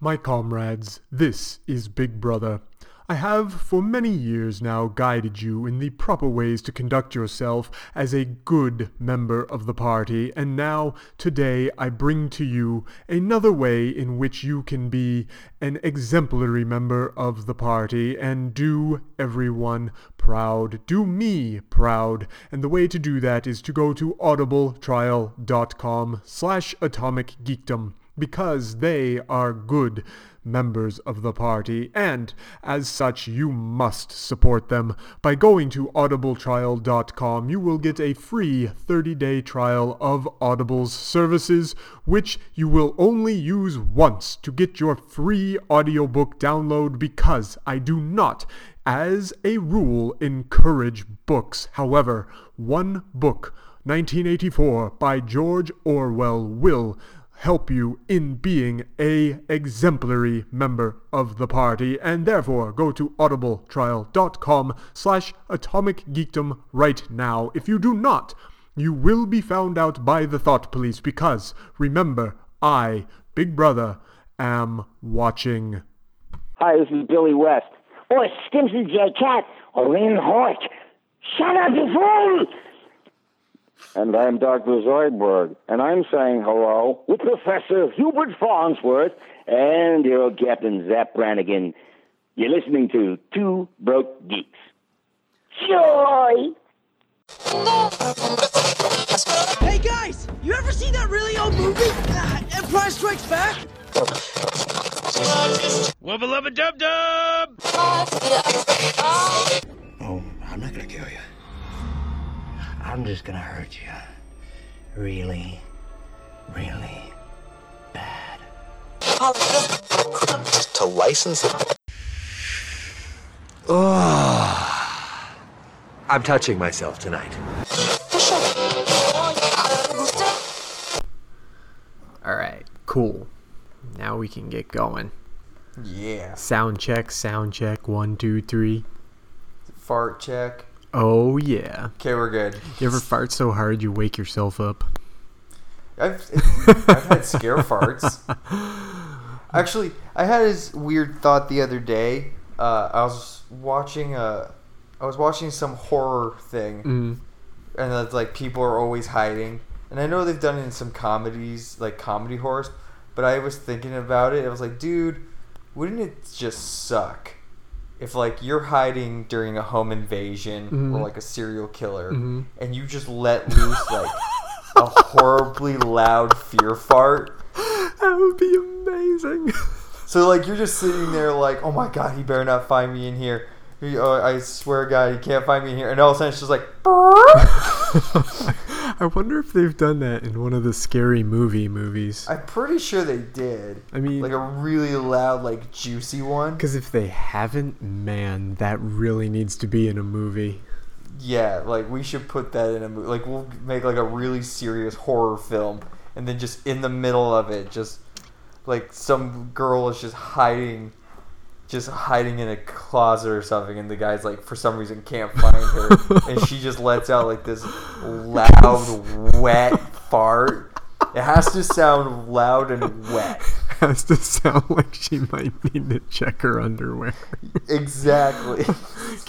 My comrades, this is Big Brother. I have for many years now guided you in the proper ways to conduct yourself as a good member of the party, and now, today, I bring to you another way in which you can be an exemplary member of the party and do everyone proud. Do me proud. And the way to do that is to go to audibletrial.com slash atomicgeekdom because they are good members of the party, and as such, you must support them. By going to audibletrial.com, you will get a free 30 day trial of Audible's services, which you will only use once to get your free audiobook download because I do not as a rule, encourage books. However, one book, 1984 by George Orwell, will help you in being a exemplary member of the party and therefore go to audibletrial.com slash atomicgeekdom right now if you do not you will be found out by the thought police because remember i big brother am watching Hi, this is Billy West. Or Stimson J. Cat, or Lynn Hort. Shut up, you fool! And I'm Dr. Zoidberg, and I'm saying hello with Professor Hubert Farnsworth and your old Captain Zap Brannigan. You're listening to Two Broke Geeks. Joy! Hey guys, you ever seen that really old movie, Ah, Empire Strikes Back? Wubba lubba dub dub! Oh, I'm not gonna kill you. I'm just gonna hurt you. Really, really bad. to license it. I'm touching myself tonight. All right, cool. Now we can get going. Yeah. Sound check, sound check. One, two, three. Fart check. Oh yeah. Okay, we're good. You ever fart so hard you wake yourself up? I've, I've had scare farts. Actually, I had this weird thought the other day. Uh, I was watching a, I was watching some horror thing, and it's like people are always hiding. And I know they've done it in some comedies, like comedy horrors. But I was thinking about it. I was like, dude, wouldn't it just suck if like you're hiding during a home invasion or like a serial killer, and you just let loose like a horribly loud fear fart? That would be amazing. So like you're just sitting there like, oh my god, he better not find me in here. He- oh, I swear, to God, he can't find me in here. And all of a sudden, it's just like, I wonder if they've done that in one of the scary movie movies. I'm pretty sure they did. I mean- like a really loud, like juicy one. Because if they haven't, man, that really needs to be in a movie. Yeah, like we should put that in a movie. Like we'll make like a really serious horror film, and then just in the middle of it, just like some girl is just hiding, just hiding in a closet or something, and the guy's like for some reason can't find her, and she just lets out like this loud wet fart. It has to sound loud and wet. Has to sound like she might need to check her underwear. Exactly. Can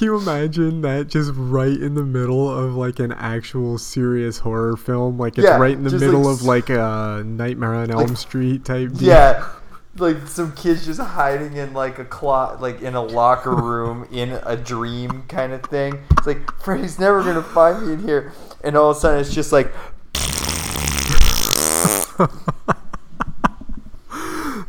you imagine that just right in the middle of like an actual serious horror film? Like it's Yeah, right in the just, middle like, of like a Nightmare on Elm Street type deal. Yeah. Like some kids just hiding in like a clot, like in a locker room in a dream kind of thing. It's like Freddy's never gonna find me in here, and all of a sudden it's just like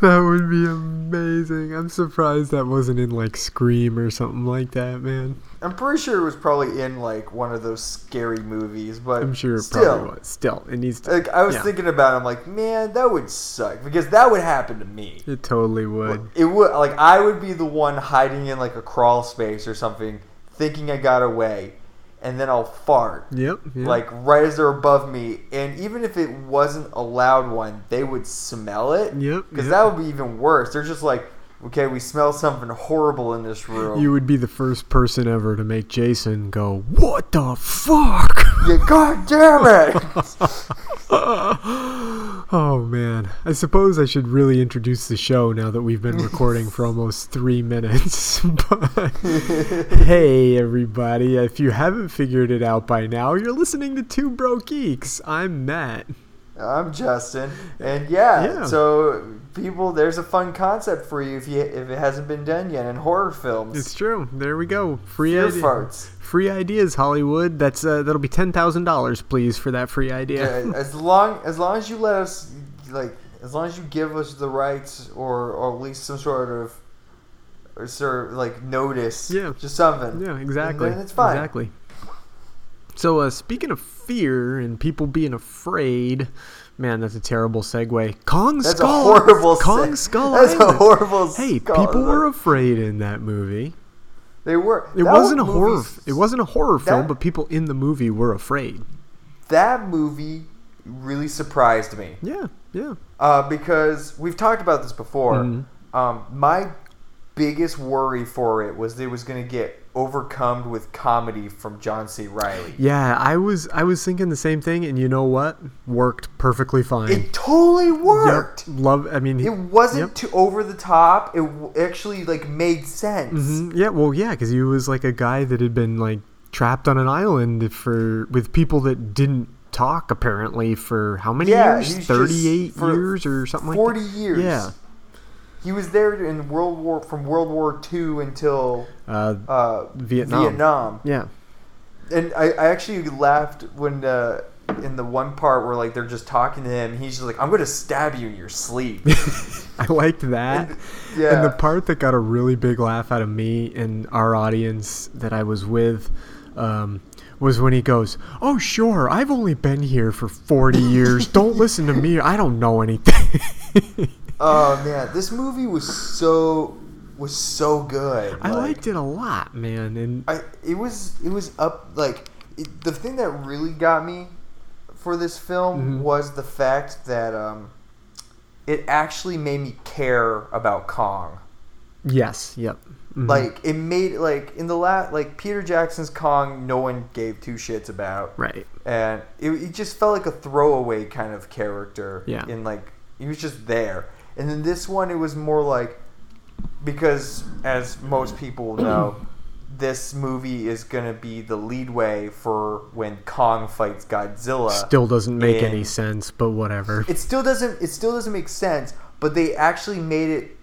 That would be amazing. I'm surprised that wasn't in like Scream or something like that, man. I'm pretty sure it was probably in like one of those scary movies, but I'm sure it still, probably was. Still, it needs to. Like I was yeah, thinking about, it, I'm like, man, that would suck because that would happen to me. It totally would. It would like I would be the one hiding in like a crawl space or something, thinking I got away, and then I'll fart. Yep. yep. like right as they're above me. And even if it wasn't a loud one, they would smell it. Yep, Because yep. that would be even worse. They're just like, okay, we smell something horrible in this room. you would be the first person ever to make Jason go, "What the fuck?" Yeah, God damn it! Oh man, I suppose I should really introduce the show now that we've been recording for almost three minutes. but hey, everybody, if you haven't figured it out by now, you're listening to Two Bro Geeks. I'm Matt. I'm Justin, and yeah, Yeah. So people, there's a fun concept for you if you if it hasn't been done yet in horror films. It's true. There we go. Free Fear idea- farts. Free ideas, Hollywood. That's uh, that'll be ten thousand dollars, please, for that free idea. Yeah, Uh, as long as long as you let us like as long as you give us the rights or or at least some sort of or sort of like notice. Yeah. Just something. Yeah, exactly. Then it's fine. Exactly. So, uh, speaking of fear and people being afraid, man, that's a terrible segue. Kong That's Skull. a horrible Kong se- Skull. That's a Island. horrible Hey, skull. people were afraid in that movie. They were. It that wasn't a movie- horror. It wasn't a horror film, that- but people in the movie were afraid. That movie really surprised me. Yeah, yeah. uh, because we've talked about this before. Mm-hmm. Um, my biggest worry for it was that it was going to get overcome with comedy from John C. Riley. Yeah, I was I was thinking the same thing, and you know what? Worked perfectly fine. It totally worked. Yep. Love. I mean, It wasn't Yep. too over the top. It w- actually like made sense. Mhm. Yeah, well, yeah, because he was like a guy that had been like trapped on an island for with people that didn't talk apparently for how many Yeah, he was years? just- Thirty-eight for years or something like that. Forty years. Yeah. He was there in World War from World War II until Uh, uh, Vietnam. Vietnam. yeah. and I, I actually laughed when uh, in the one part where like they're just talking to him, he's just like, "I'm gonna stab you in your sleep." I liked that. yeah. And the part that got a really big laugh out of me and our audience that I was with um, was when he goes, "Oh, sure, I've only been here for forty years. Don't listen to me. I don't know anything." oh man, this movie was so was so good. I liked it a lot, man. And I it was it was up like it, the thing that really got me for this film was the fact that um, it actually made me care about Kong. yes, yep. Mhm. Like it made like in the last like Peter Jackson's Kong, no one gave two shits about. Right. and it, it just felt like a throwaway kind of character. Yeah. And like he was just there. And then this one, it was more like because as most people know, this movie is gonna be the leadway for when Kong fights Godzilla. Still doesn't make any in- sense, but whatever. It still doesn't. It still doesn't make sense. But they actually made it.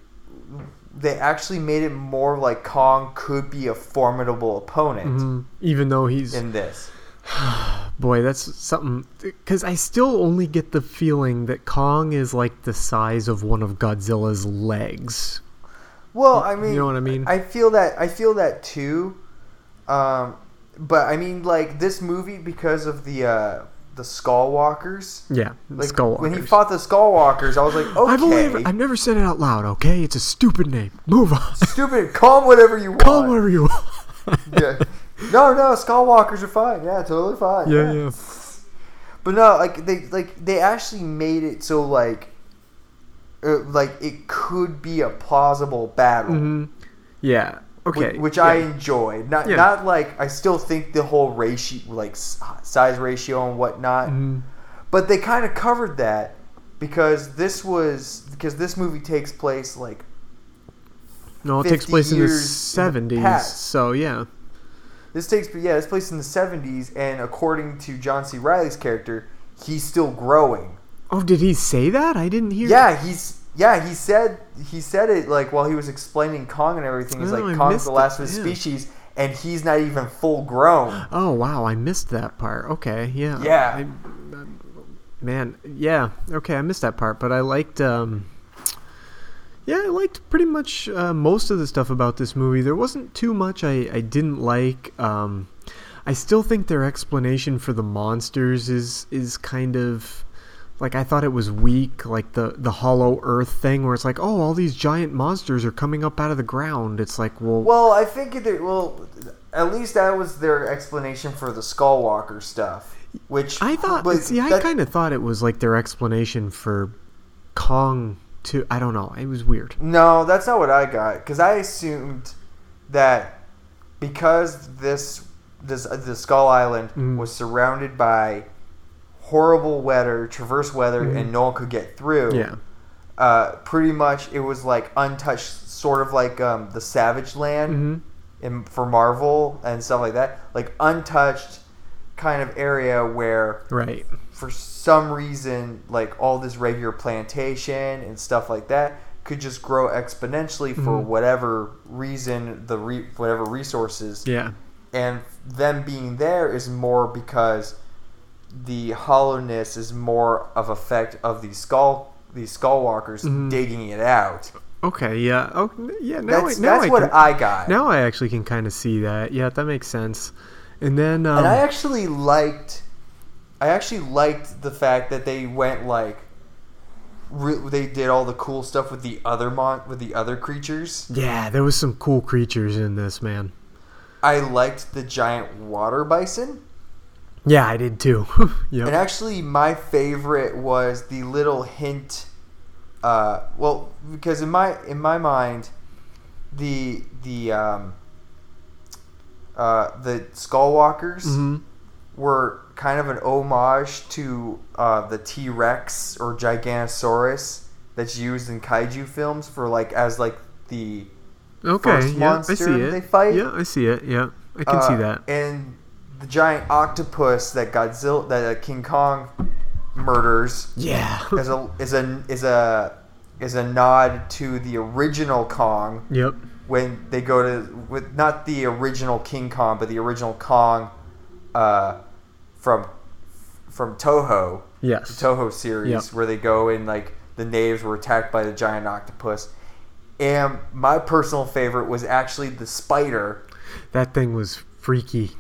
They actually made it more like Kong could be a formidable opponent Mm-hmm. Even though he's in this. boy, that's something because I still only get the feeling that Kong is like the size of one of Godzilla's legs. Well, I mean, know what I mean? I feel that I feel that too. Um, but I mean, like this movie because of the uh, the Skull Walkers. Yeah, Like Skull when he fought the Skull Walkers, I was like, okay, I've only ever, I've never said it out loud. Okay, it's a stupid name. Move on. stupid, call him whatever you want. Call him whatever you want. yeah. No, no, Skull Walkers are fine. Yeah, totally fine. yeah, yeah. But no, like they like they actually made it so like. uh like it could be a plausible battle. Mm-hmm. Yeah. Okay. Wh- which yeah. I enjoyed. Not Yeah. not like I still think the whole ratio, like s- size ratio and whatnot, Mm-hmm. but they kind of covered that because this was because this movie takes place like no, it takes 50 place in the years in the seventies. past. So yeah. this takes yeah this place in the seventies and according to John C. Riley's character, he's still growing. Oh, did he say that? I didn't hear. Yeah, he's. Yeah, he said he said it like while he was explaining Kong and everything. He's Oh, I like Kong's missed the last it, of his yeah. species, and he's not even full grown. Oh wow, I missed that part. Okay, yeah. Yeah. I, I- man, yeah. Okay, I missed that part, but I liked. Um, yeah, I liked pretty much uh, most of the stuff about this movie. There wasn't too much I, I didn't like. Um, I still think their explanation for the monsters is is kind of like I thought it was weak, like the the hollow earth thing where it's like, "Oh, all these giant monsters are coming up out of the ground." It's like, "Well, Well, I think that well, at least that was their explanation for the Skullwalker stuff, which I thought. but see, I that- kind of thought it was like their explanation for Kong to. I don't know. It was weird. no, that's not what I got because I assumed that uh, Mm. because this this the Skull Island was surrounded by horrible weather, traverse weather, and no one could get through. Mm-hmm. Yeah. Uh, pretty much, it was like untouched, sort of like um, the Savage Land in, for Marvel and stuff like that. Like untouched kind of area where Right. for some reason, like all this regular plantation and stuff like that could just grow exponentially for whatever reason, the re- whatever resources. Yeah. And them being there is more because the hollowness is more of effect of these skull these skull walkers digging it out. Okay. Yeah. Oh, yeah. Mm-hmm. Now That's I, now that's I what can, I got. now I actually can kind of see that. Yeah, that makes sense. And then um, and I actually liked, I actually liked the fact that they went like, re- they did all the cool stuff with the other mon with the other creatures. yeah, there was some cool creatures in this man. I liked the giant water bison, Yeah, I did too. yep. and actually my favorite was the little hint. Uh, well, because in my in my mind, the the um, uh, the Skullwalkers Mm-hmm. were kind of an homage to uh, the T Rex or Giganosaurus that's used in kaiju films for like as like the okay. first yeah, monster I see it. they fight? Yeah, I see it. Yeah, I can see uh, that. and the giant octopus that Godzilla that uh, King Kong murders Yeah. is a is a is a is a nod to the original Kong yep. when they go to with not the original King Kong, but the original Kong uh, from from Toho, the Yes. Toho series, Yep. where they go and like the natives were attacked by the giant octopus. And my personal favorite was actually the spider, That thing was freaky.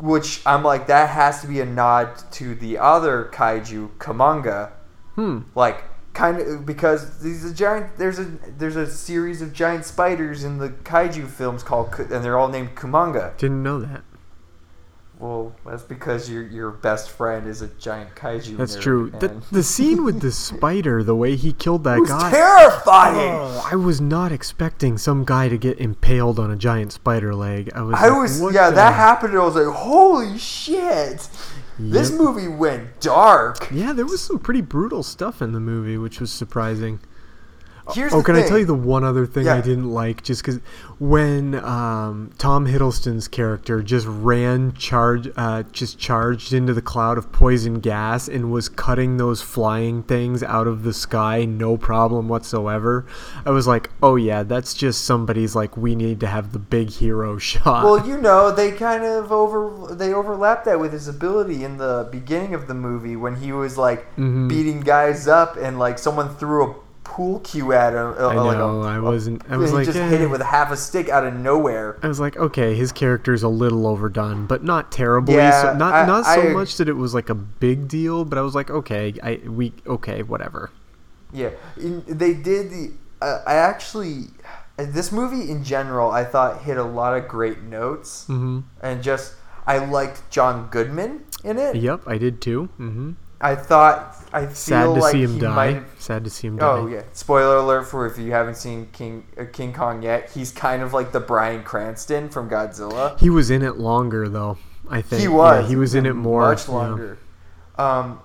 which I'm like that has to be a nod to the other kaiju Kamanga. Hmm. like kind of because these are giant there's a there's a series of giant spiders in the kaiju films called Ku- and they're all named kumanga Didn't know that. well that's because your your best friend is a giant kaiju That's nerd, true. The, and the scene with the spider, the way he killed that it was guy. terrifying Oh, I was not expecting some guy to get impaled on a giant spider leg. I was. i like, was what yeah the- that happened and i was like holy shit this Yep. movie went dark Yeah, there was some pretty brutal stuff in the movie, which was surprising. here's Oh, the can thing. I tell you the one other thing I Yeah. didn't like? Just because when um, Tom Hiddleston's character just ran charge, uh, just charged into the cloud of poison gas and was cutting those flying things out of the sky, no problem whatsoever. I was like, oh yeah, that's just somebody's like, we need to have the big hero shot. well you know they kind of over they overlapped that with his ability in the beginning of the movie when he was like Mm-hmm. beating guys up and like someone threw a pool cue at him uh, I like a- know. I wasn't. I and was he like, just hit eh. it with half a stick out of nowhere I was like, okay, his character's a little overdone, but not terribly. Yeah, so, not I- not so I- much that it was like a big deal, but I was like, okay, I we okay, whatever. yeah In- they did the uh, i actually uh, this movie in general i thought hit a lot of great notes mm-hmm. and just i liked john goodman in it Yep, I did too. hmm i thought i feel Sad to like see him he die. might have Sad to see him die. Oh yeah! Spoiler alert for if you haven't seen King uh, King Kong yet. He's kind of like the Brian Cranston from Godzilla. He was in it longer though. I think He was. Yeah, he was in it more. much yeah. longer. Um,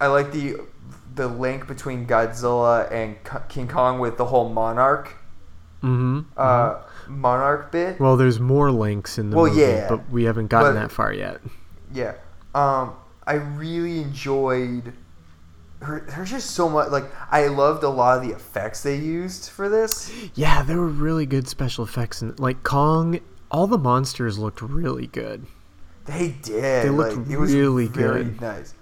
I like the the link between Godzilla and K- King Kong with the whole monarch Mhm. uh, monarch bit. Well, there's more links in the Well, movie, yeah. but we haven't gotten But- that far yet. Yeah. Um, I really enjoyed. Her, there's just so much. Like I loved a lot of the effects they used for this. Yeah, there were really good special effects, and like Kong, all the monsters looked really good. They did. They looked like, it really was very good. Nice.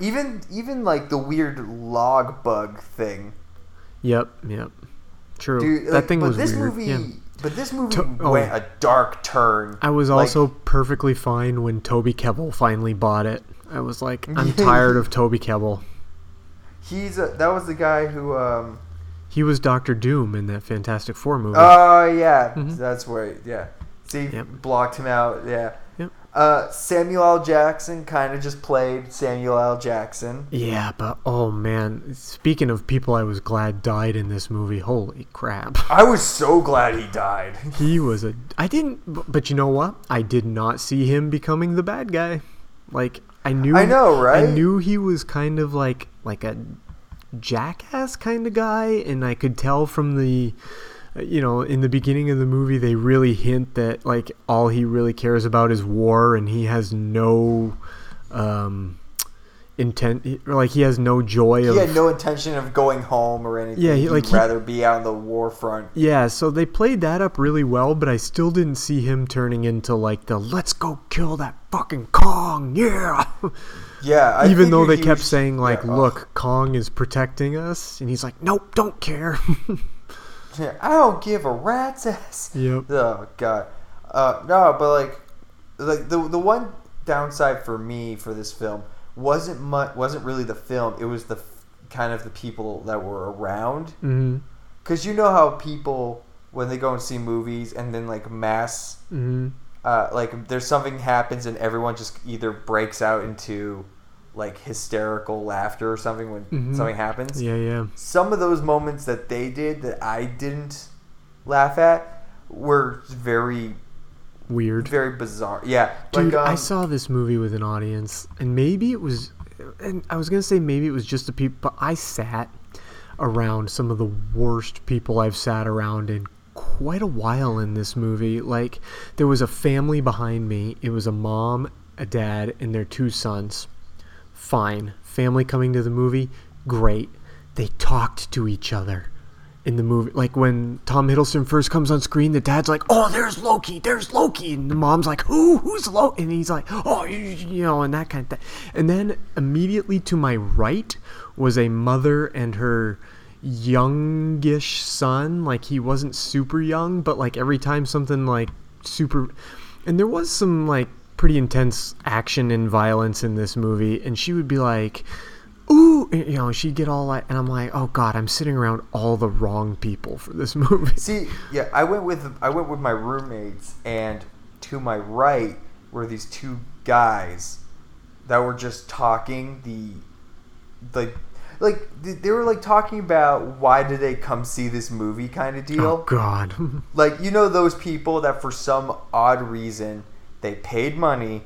Even even like the weird log bug thing, Yep, yep, true. dude. that like, thing but was this weird. movie, yeah. but this movie To- oh. went a dark turn. I was Like, also perfectly fine when Toby Kebbell finally bought it. I was like, I'm tired of Toby Kebbell. he's a, that was the guy who. um He was Doctor Doom in that Fantastic Four movie. Oh yeah, that's right. Yeah, see, Mm-hmm. Yep. blocked him out. Yeah. Yep. Uh, Samuel L. Jackson kind of just played Samuel L. Jackson. yeah, but oh man, speaking of people I was glad died in this movie, holy crap. I was so glad he died. He was a I didn't but you know what? I did not see him becoming the bad guy. Like I knew. I know, right? I knew he was kind of like like a jackass kind of guy, and I could tell from the, you know, in the beginning of the movie, they really hint that like all he really cares about is war, and he has no, um, intent. Like he has no joy of He had no intention of going home or anything. Yeah, he- He'd like, he- rather be out on the war front. Yeah, so they played that up really well, but I still didn't see him turning into like the let's go kill that fucking Kong, yeah. Yeah, I Even though figured they he kept was- saying like, yeah, uh, ugh. look, Kong is protecting us, and he's like, nope, don't care. Yeah, I don't give a rat's ass. Yep. Oh god. Uh, no, but like, like the the one downside for me for this film wasn't much, wasn't really the film. It was the f- kind of the people that were around. mm-hmm. Because you know how people when they go and see movies and then like mass, Mm-hmm. uh, like there's something happens and everyone just either breaks out into like hysterical laughter or something when Mhm. something happens Yeah, yeah. some of those moments that they did that I didn't laugh at were very Weird. very bizarre. Yeah, Dude, like um, I saw this movie with an audience, and maybe it was, and I was gonna say maybe it was just the people, but I sat around some of the worst people I've sat around in quite a while in this movie. Like, there was a family behind me. It was a mom, a dad, and their two sons. Fine, family coming to the movie, great. They talked to each other in the movie. Like when Tom Hiddleston first comes on screen, the dad's like, "Oh, there's Loki, there's Loki," and the mom's like, "Who? Who's Loki?" And he's like, "Oh, you, you know," and that kind of thing. And then immediately to my right was a mother and her youngish son. Like he wasn't super young, but like every time something like super, and there was some like pretty intense action and violence in this movie, and she would be like ooh, you know, she'd get all like, and I'm like, oh god, I'm sitting around all the wrong people for this movie. see, yeah, I went with I went with my roommates, and to my right were these two guys that were just talking the like like th- they were like talking about why did they come see this movie kind of deal. Oh god, like you know those people that for some odd reason they paid money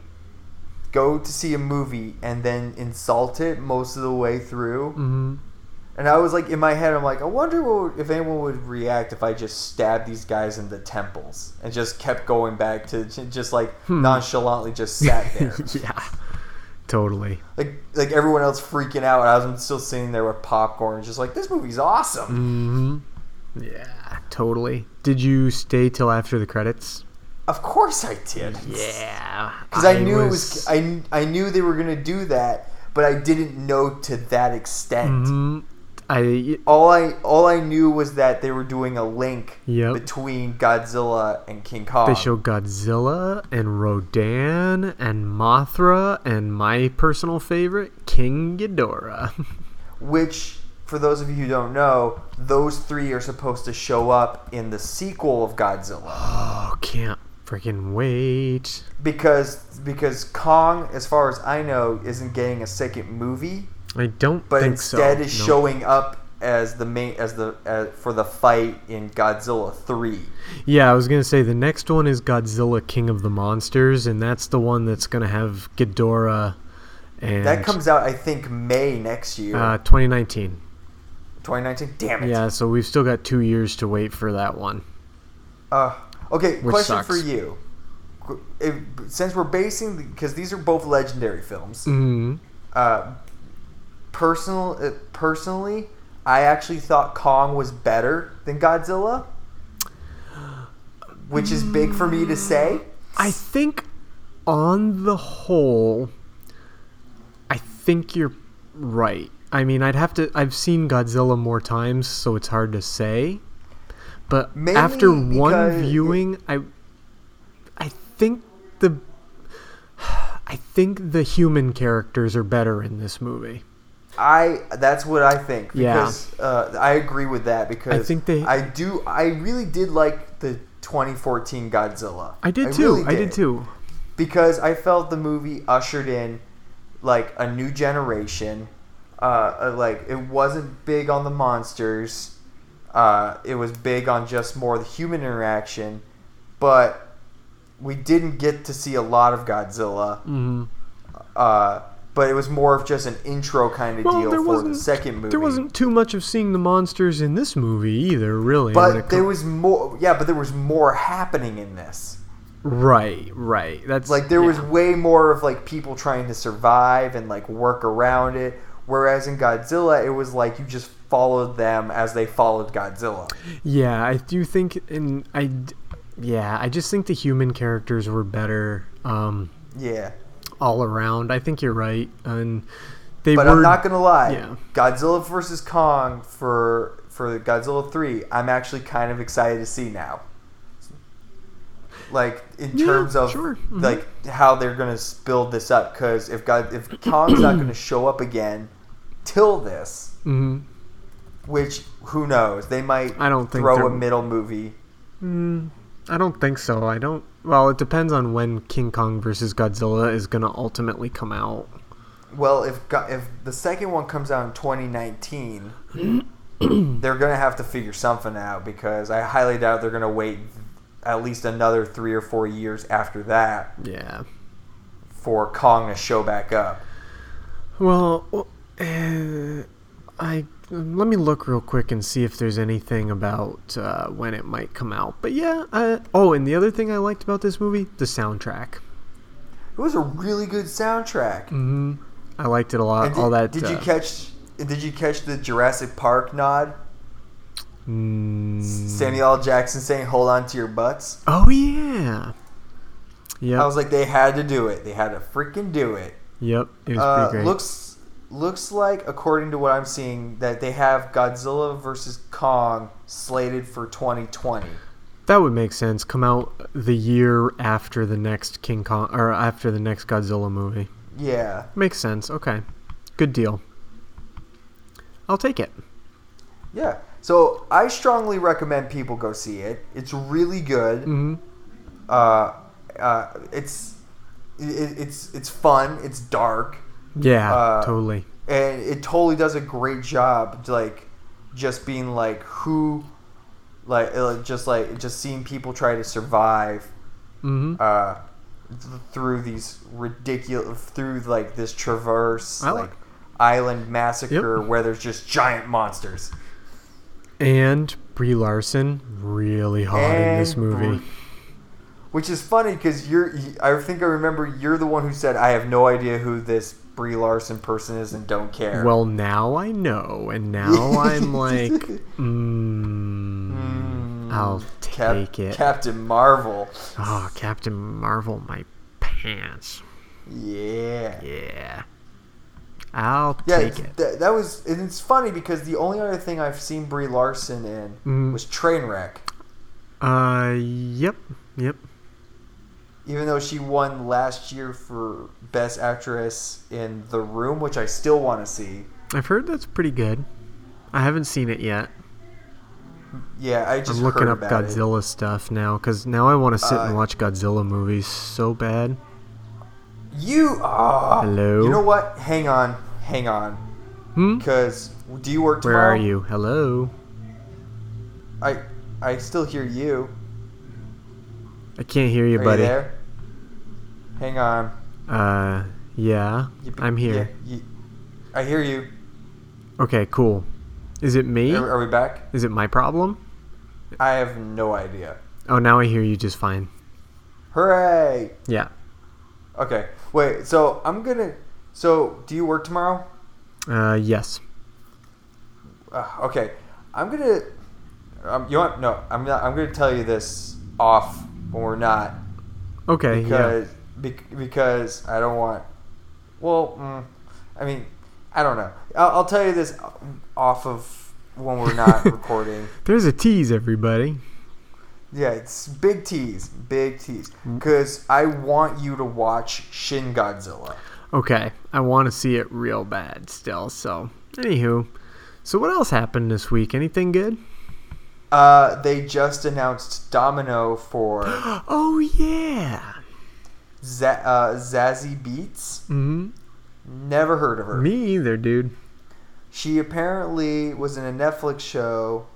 go to see a movie and then insult it most of the way through hmm and i was like in my head i'm like i wonder what, if anyone would react if i just stabbed these guys in the temples and just kept going back to j- just like nonchalantly just sat there yeah, totally. like like everyone else freaking out and i was still sitting there with popcorn just like this movie's awesome hmm Yeah, totally. Did you stay till after the credits? of course i did Yeah, because I, knew it was I, I knew they were gonna do that, but I didn't know to that extent. Mhm. I All I all I knew was that they were doing a link Yep. between Godzilla and King Kong. They show Godzilla and Rodan and Mothra and my personal favorite, King Ghidorah. which, for those of you who don't know, those three are supposed to show up in the sequel of Godzilla oh, can't freaking wait. because because Kong, as far as I know, isn't getting a second movie, I don't but think so. instead is No. showing up as the main as the uh, for the fight in Godzilla three. Yeah, I was gonna say the next one is Godzilla King of the Monsters, and that's the one that's gonna have Ghidorah. And That comes out, I think, May next year, uh, 2019. 2019. Damn it. Yeah, so we've still got two years to wait for that one. Uh, okay, Which question sucks. for you. Qu- If, since we're basing, because these are both legendary films. Mm-hmm. Uh, personal, uh, personally, I actually thought Kong was better than Godzilla, which is big for me to say. I think, on the whole, I think you're right. I mean, I'd have to. I've seen Godzilla more times, so it's hard to say. But Mainly after one because- viewing, I, I think the, I think the human characters are better in this movie. I that's what I think Yeah. because uh, I agree with that because think they- I do I really did like the 2014 Godzilla. I did too. really I did too. because I felt the movie ushered in like a new generation. Uh, uh, like it wasn't big on the monsters. Uh, it was big on just more the human interaction, but we didn't get to see a lot of Godzilla. hmm Uh, but it was more of just an intro kind of Well, deal there for the wasn't second movie. There wasn't too much of seeing the monsters in this movie either, really. when but it there com- was more. Yeah, but there was more happening in this. right, right. That's Like there yeah. was way more of like people trying to survive and like work around it. Whereas in Godzilla, it was like you just followed them as they followed Godzilla. Yeah, I do think, and I, d- yeah, I just think the human characters were better um, Yeah. all around. I think you're right, and they But were I'm not gonna lie. yeah. Godzilla versus Kong for for Godzilla three, I'm actually kind of excited to see now. Like in Yeah, terms of sure. Mhm. like how they're gonna s- build this up, because if God if Kong's not gonna show up again till this, Mhm. which who knows, they might I don't think throw they're- a middle movie. I don't think so. I don't. Well, it depends on when King Kong versus Godzilla is going to ultimately come out. Well, if Go- if the second one comes out in 2019, they're gonna have to figure something out because I highly doubt they're gonna wait at least another three or four years after that Yeah. for Kong to show back up. Well, well, uh, I let me look real quick and see if there's anything about uh, when it might come out. But yeah. Uh, oh, and the other thing I liked about this movie, the soundtrack. It was a really good soundtrack. I liked it a lot. And Mm-hmm. all that. Did you uh, catch? Did you catch the Jurassic Park nod? mm, Samuel L. Jackson saying "Hold on to your butts." oh yeah. Yep. I was like, they had to do it. They had to freaking do it. yep. It was Uh, pretty great. looks looks like according to what I'm seeing that they have Godzilla versus Kong slated for 2020. That would make sense. Come out the year after the next King Kong or after the next Godzilla movie. Yeah, Makes sense. Okay. Good deal. I'll take it. yeah. So I strongly recommend people go see it. It's really good. Mhm. Uh, uh, it's it, it's it's fun. It's dark. Yeah, Uh, totally. and it totally does a great job like just being like who like uh, just like just seeing people try to survive Mhm. uh, th- through these ridiculous through like this traverse I like like- island massacre where there's just giant monsters And Brie Larson really hot in this And movie. Brie- which is funny because you're you- i think i remember you're the one who said i have no idea who this brie larson person is and don't care Well, now I know, and now I'm like, mm, I'll take Cap- it. captain marvel oh, Captain Marvel, my pants. yeah Yeah, I'll Yeah, take it's- it. That, that was, and it's funny because the only other thing I've seen Brie Larson in Mm. was Trainwreck. Uh, yep, yep. Even though she won last year for Best Actress in The Room, which I still want to see. I've heard that's pretty good. I haven't seen it yet. Yeah, I just I'm looking heard up about it. Godzilla stuff now because now I want to sit and Uh, watch Godzilla movies so bad. You, ah, Hello? You know what? Hang on, hang on, Hmm? because do you work Where tomorrow? are you? Hello? I, I still hear you. I can't hear you, Are buddy. you there? Hang on. Uh, yeah, You be- I'm here. yeah, you- I hear you. Okay, cool. Is it me? Are, are we back? Is it my problem? I have no idea. Oh, now I hear you just fine. Hooray! Yeah. Okay. Wait. So I'm gonna. So do you work tomorrow? Uh, yes. Uh, okay. I'm gonna. Um, you want? No. I'm not. I'm gonna tell you this off when we're not Okay, yeah. because bec- because I don't want. Well, mm, I mean, I don't know. I'll, I'll tell you this off of when we're not recording. There's a tease, everybody. Yeah, it's big tease, big tease. Because I want you to watch Shin Godzilla. Okay, I want to see it real bad still, so. Anywho. So, what else happened this week? Anything good? Uh, they just announced Domino for Oh, yeah. Za- uh, Zazie Beats. hmm Never heard of her. Me either, dude. She apparently was in a Netflix show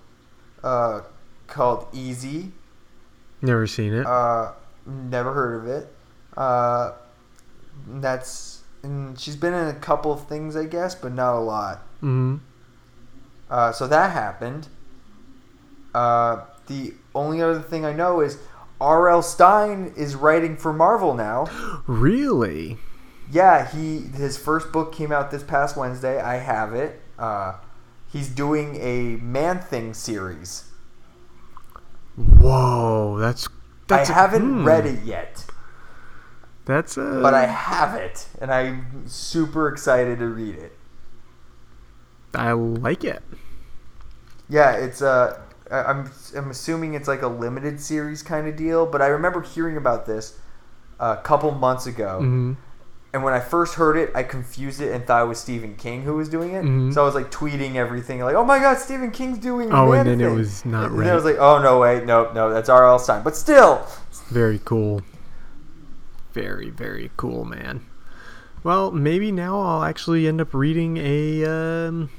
uh, called Easy. Never seen it. Uh, never heard of it. Uh, that's and she's been in a couple of things, I guess, but not a lot. Mm-hmm. Uh, so that happened. Uh, the only other thing I know is R.L. Stein is writing for Marvel now. Really? Yeah, he his first book came out this past Wednesday. I have it. Uh, he's doing a Man Thing series. Whoa, that's that's I haven't hmm, read it yet, That's uh, a but I have it, and I'm super excited to read it. I like it. Yeah, it's Uh, I- I'm I'm assuming it's like a limited series kind of deal, but I remember hearing about this uh, a couple months ago, hmm and when I first heard it, I confused it and thought it was Stephen King who was doing it. Mhm. So I was like tweeting everything, like, "Oh my God, Stephen King's doing." Oh, Man and then it Thing." was not And then I right. was like, "Oh no, wait, nope, no, that's R.L. Stein." But still, Very cool. Very very cool, man. Well, maybe now I'll actually end up reading a um,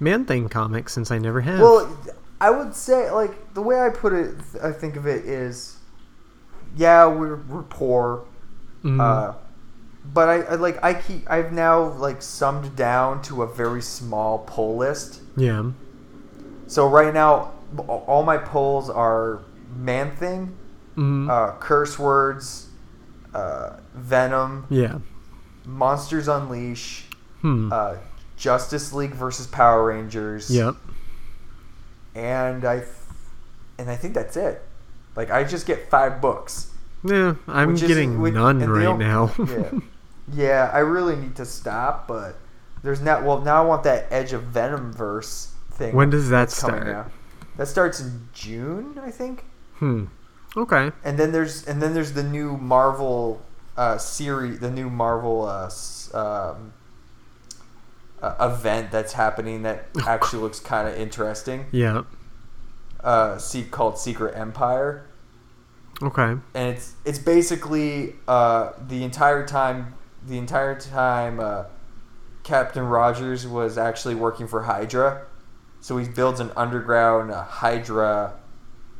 Man Thing comic since I never have. Well, I would say like the way I put it, I think of it is, yeah, we're we're poor, Mhm. uh, but I, I like I keep I've now like summed down to a very small poll list. yeah. So right now, a- all my polls are man thing, Mhm. uh, curse words, uh, venom, yeah. monsters unleash, Hmm. uh, Justice League versus Power Rangers. yep. and I and I think that's it. Like I just get five books. Yeah, I'm which is- getting which- none and they right don't- now. yeah. yeah, I really need to stop, but there's not. Well, now I want that Edge of Venom verse thing. When does that that's coming start? out. That starts in June, I think. Hmm. Okay. And then there's and then there's the new Marvel uh, series, the new Marvel uh, s- um, uh, event that's happening that actually looks kind of interesting. Yeah. Uh, se- called Secret Empire. Okay. and it's it's basically uh, the entire time the entire time uh, Captain Rogers was actually working for Hydra, so he builds an underground uh, Hydra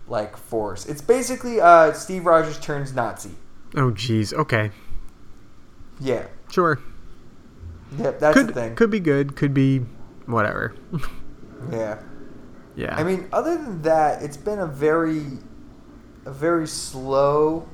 like force. It's basically uh, Steve Rogers turns Nazi. Oh, geez. Okay. Yeah, Sure. yeah, that's could the thing. could be good. Could be whatever. Yeah, yeah. I mean, other than that, it's been a very a very slow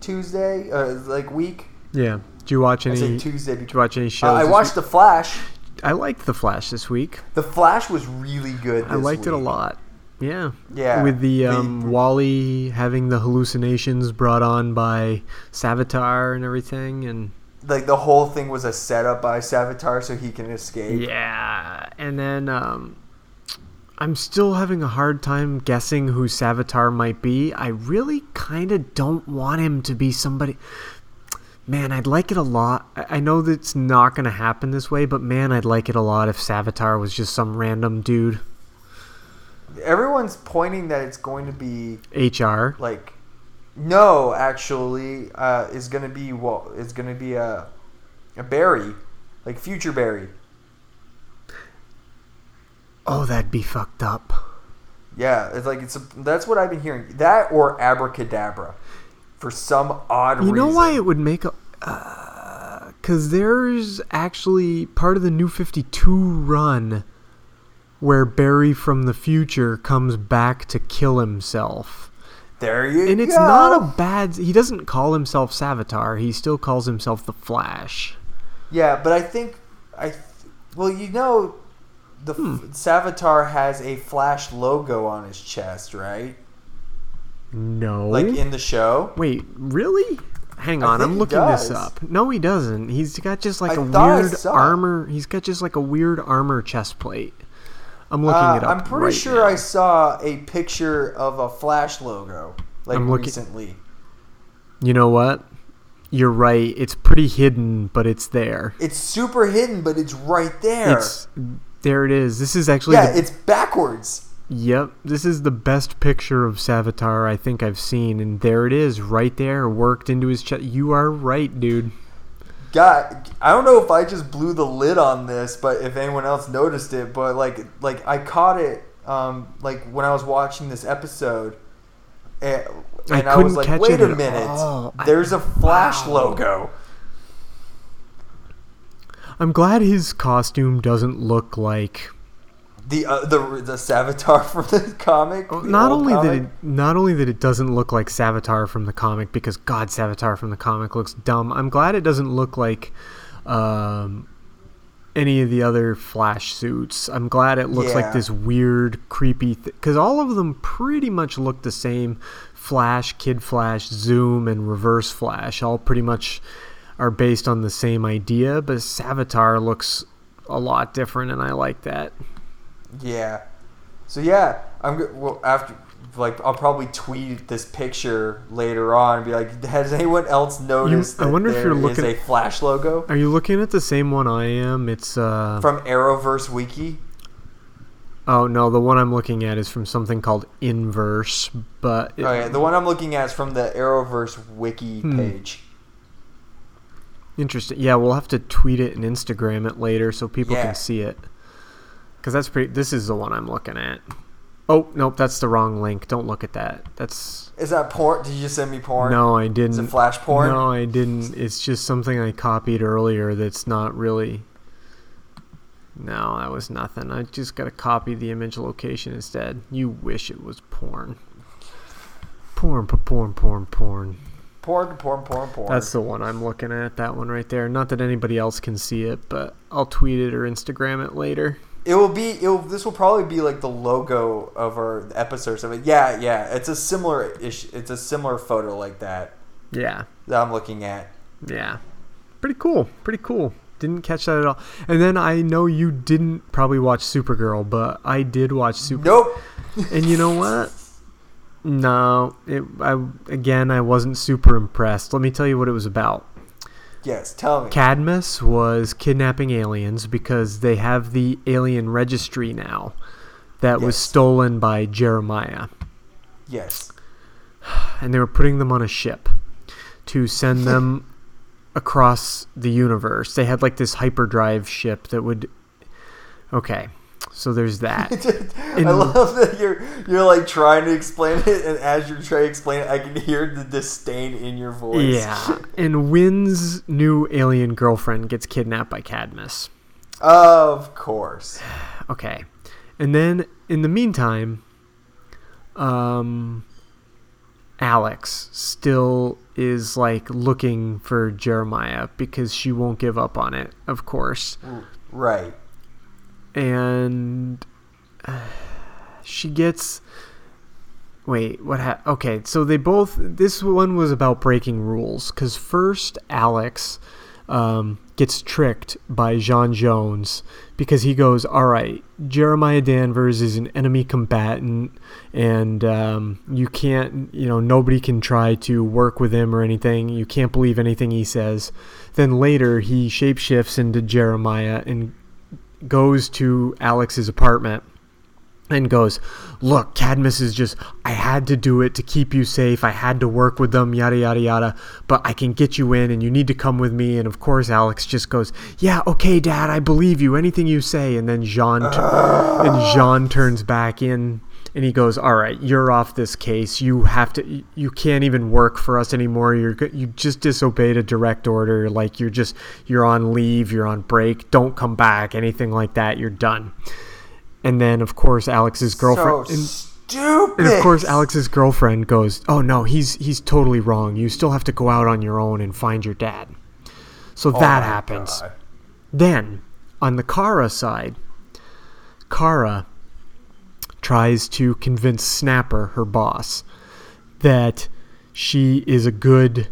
Tuesday, uh, like week. yeah. Did you watch I any? say did Tuesday. Because, you watch any uh, shows? I this watched week? The Flash. I liked the Flash this week. The Flash was really good. I this liked it a week. lot. Yeah. Yeah, With the the- um, Wally having the hallucinations brought on by Savitar and everything, and Like the whole thing was a setup by Savitar so he can escape. yeah, and then um, I'm still having a hard time guessing who Savitar might be. I really kind of don't want him to be somebody. Man, I'd like it a lot. I I know that's not going to happen this way, but man, I'd like it a lot if Savitar was just some random dude. Everyone's pointing that it's going to be HR. like, no, actually, uh, is going to be well, it's going to be a, a Barry, like future Barry. Oh, that'd be fucked up. Yeah, it's like it's a, that's what I've been hearing. That or abracadabra, for some odd You reason. know why it would make a. Because there's actually part of the New 52 run where Barry from the future comes back to kill himself. There you And it's go. not a bad. He doesn't call himself Savitar, he still calls himself the Flash. Yeah, but I think I. th- Well, you know, the f Hmm. Savitar has a Flash logo on his chest, right? No. Like in the show. Wait, really? Hang on, think I'm he looking this does. up. No, he doesn't. He's got just like I a thought I weird saw it. armor. He's got just like a weird armor chest plate. I'm looking Uh, it up. I'm pretty right sure now. I saw a picture of a Flash logo like I'm looking- recently. You know what? You're right. It's pretty hidden, but it's there. It's super hidden, but it's right there. It's there. It is. This is actually. yeah, the, it's backwards. yep. This is the best picture of Savitar I think I've seen, and there it is, right there, worked into his chest. You are right, dude. God, I don't know if I just blew the lid on this, but if anyone else noticed it, but like, like I caught it, um, like when I was watching this episode, and, I and I, was couldn't like, catch wait it a at minute, all. I- there's a Flash logo. I'm glad his costume doesn't look like The uh, the the Savitar from the comic. the Oh, not old only comic. that it, not only that it doesn't look like Savitar from the comic because God Savitar from the comic looks dumb. I'm glad it doesn't look like um, any of the other Flash suits. I'm glad it looks Yeah. like this weird, creepy because all of them pretty much look the same. Flash, Kid Flash, Zoom, and Reverse Flash all pretty much are based on the same idea, but Savitar looks a lot different, and I like that. Yeah. So yeah, I'm go- well after like I'll probably tweet this picture later on and be like, has anyone else noticed? I that wonder if there you're is looking- a Flash logo Are you looking at the same one I am? It's uh, from Arrowverse Wiki. Oh no, the one I'm looking at is from something called Inverse, but it- Oh yeah, the one I'm looking at is from the Arrowverse Wiki Hmm. page. interesting. Yeah, we'll have to tweet it and Instagram it later so people Yeah. can see it. Cuz that's pretty this is the one I'm looking at. Oh, nope, that's the wrong link. Don't look at that. That's Is that porn? Did you just send me porn? No, I didn't. flash porn? No, I didn't. It's just something I copied earlier that's not really No, that was nothing. I just got to copy the image location instead. You wish it was porn. Porn, pa- porn, porn, porn. Porn, porn, porn, porn. That's the one I'm looking at. That one right there. Not that anybody else can see it, but I'll tweet it or Instagram it later. It will be. It will, this will probably be like the logo of our episodes of it. Yeah, yeah. It's a similar ish. It's a similar photo like that Yeah, that I'm looking at. yeah. Pretty cool. Pretty cool. Didn't catch that at all. And then I know you didn't probably watch Supergirl, but I did watch Super. Nope. And you know what? No, it, I again I wasn't super impressed. Let me tell you what it was about. Yes. Tell me. Cadmus was kidnapping aliens because they have the alien registry now that was Yes. stolen by Jeremiah. yes. and they were putting them on a ship to send them across the universe. They had like this hyperdrive ship that would. Okay, so there's that. I love that you're you're like trying to explain it, and as you're trying to explain it, I can hear the disdain in your voice. yeah, and Wynn's new alien girlfriend gets kidnapped by Cadmus. Of course. Okay, and then in the meantime, um, Alex still is like looking for Jeremiah because she won't give up on it, of course. Right. and uh, she gets wait what ha- okay so they both this one was about breaking rules because first alex um, gets tricked by john jones because he goes all right jeremiah danvers is an enemy combatant and um, you can't you know nobody can try to work with him or anything you can't believe anything he says then later he shapeshifts into jeremiah and goes to Alex's apartment and goes, Look, Cadmus is just, I had to do it to keep you safe. I had to work with them, yada, yada, yada. But I can get you in and you need to come with me. And of course, Alex just goes, Yeah, okay, Dad, I believe you. Anything you say. And then Jean, and Jean turns back in. And he goes, "All right, you're off this case. You have to. You can't even work for us anymore. You're go- you just disobeyed a direct order. Like you're just you're on leave. You're on break. Don't come back. Anything like that. You're done." And then, of course, Alex's girlfriend. so and- stupid. and of course, Alex's girlfriend goes, "Oh no, he's he's totally wrong. You still have to go out on your own and find your dad." So that Oh my happens. God. Then, on the Kara side, Kara tries to convince Snapper, her boss, that she is a good,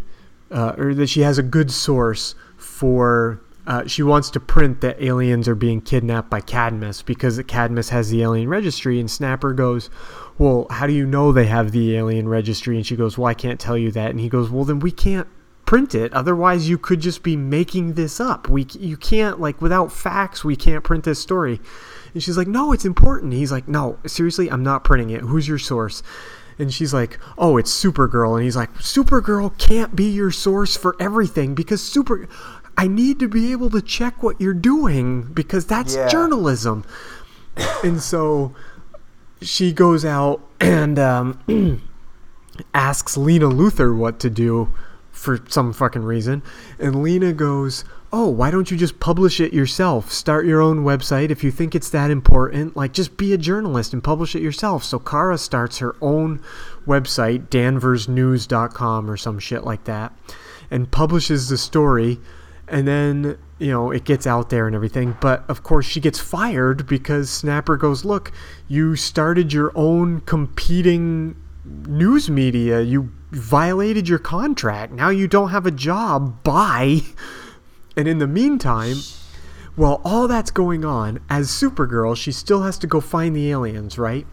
uh, or that she has a good source for. Uh, she wants to print that aliens are being kidnapped by Cadmus because Cadmus has the alien registry, and Snapper goes, "Well, how do you know they have the alien registry?" And she goes, "Well, I can't tell you that." And he goes, "Well, then we can't print it. Otherwise, you could just be making this up. We c- you can't like without facts, we can't print this story." And she's like, "No, it's important." He's like, "No, seriously, I'm not printing it. Who's your source?" And she's like, "Oh, it's Supergirl." And he's like, "Supergirl can't be your source for everything because Super I need to be able to check what you're doing because that's Yeah. journalism." and so she goes out and um asks Lena Luthor what to do for some fucking reason. And Lena goes, oh, why don't you just publish it yourself? Start your own website if you think it's that important. Like, just be a journalist and publish it yourself. So Kara starts her own website, danversnews.com or some shit like that, and publishes the story. And then, you know, it gets out there and everything. But of course, she gets fired because Snapper goes, Look, you started your own competing news media. You violated your contract. Now you don't have a job. Bye. And in the meantime, while all that's going on, as Supergirl, she still has to go find the aliens, right?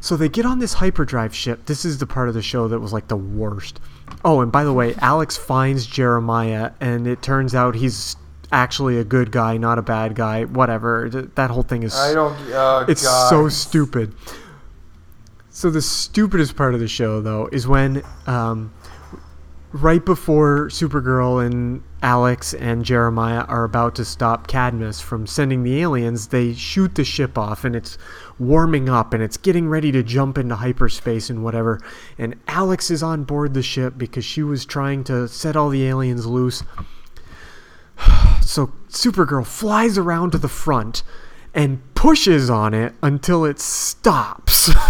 So they get on this hyperdrive ship. This is the part of the show that was like the worst. Oh, and by the way, Alex finds Jeremiah, and it turns out he's actually a good guy, not a bad guy. Whatever. Th- That whole thing is. I don't. Oh, It's God. so stupid. So the stupidest part of the show, though, is when um, right before Supergirl and Alex and Jeremiah are about to stop Cadmus from sending the aliens, they shoot the ship off, and it's warming up, and it's getting ready to jump into hyperspace and whatever. And Alex is on board the ship because she was trying to set all the aliens loose. So Supergirl flies around to the front and pushes on it until it stops.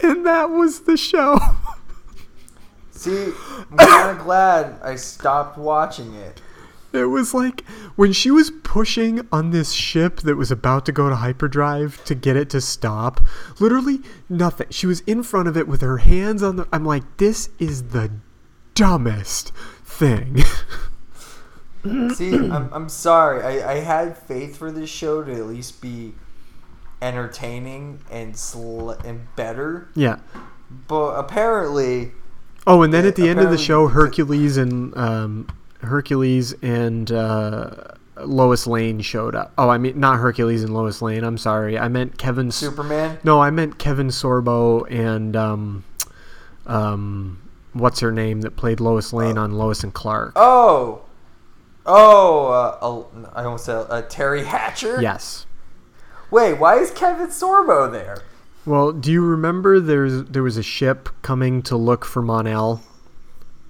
and that was the show. See, I'm kind of glad I stopped watching it. It was like when she was pushing on this ship that was about to go to hyperdrive to get it to stop, literally nothing. She was in front of it with her hands on the. I'm like, this is the dumbest thing. See, I'm, I'm sorry. I, I had faith for this show to at least be entertaining and sl- and better, yeah. but apparently, Oh, and then at the Yeah, end of the apparently- show, Hercules and um, Hercules and uh, Lois Lane showed up. Oh, I mean not Hercules and Lois Lane. I'm sorry, I meant Kevin. S- Superman. No, I meant Kevin Sorbo and um, um, what's her name that played Lois Lane on Lois and Clark. Oh, oh, uh, Al- I almost said uh, Terry Hatcher. Yes. Wait, why is Kevin Sorbo there? Well, do you remember there's there was a ship coming to look for Monel?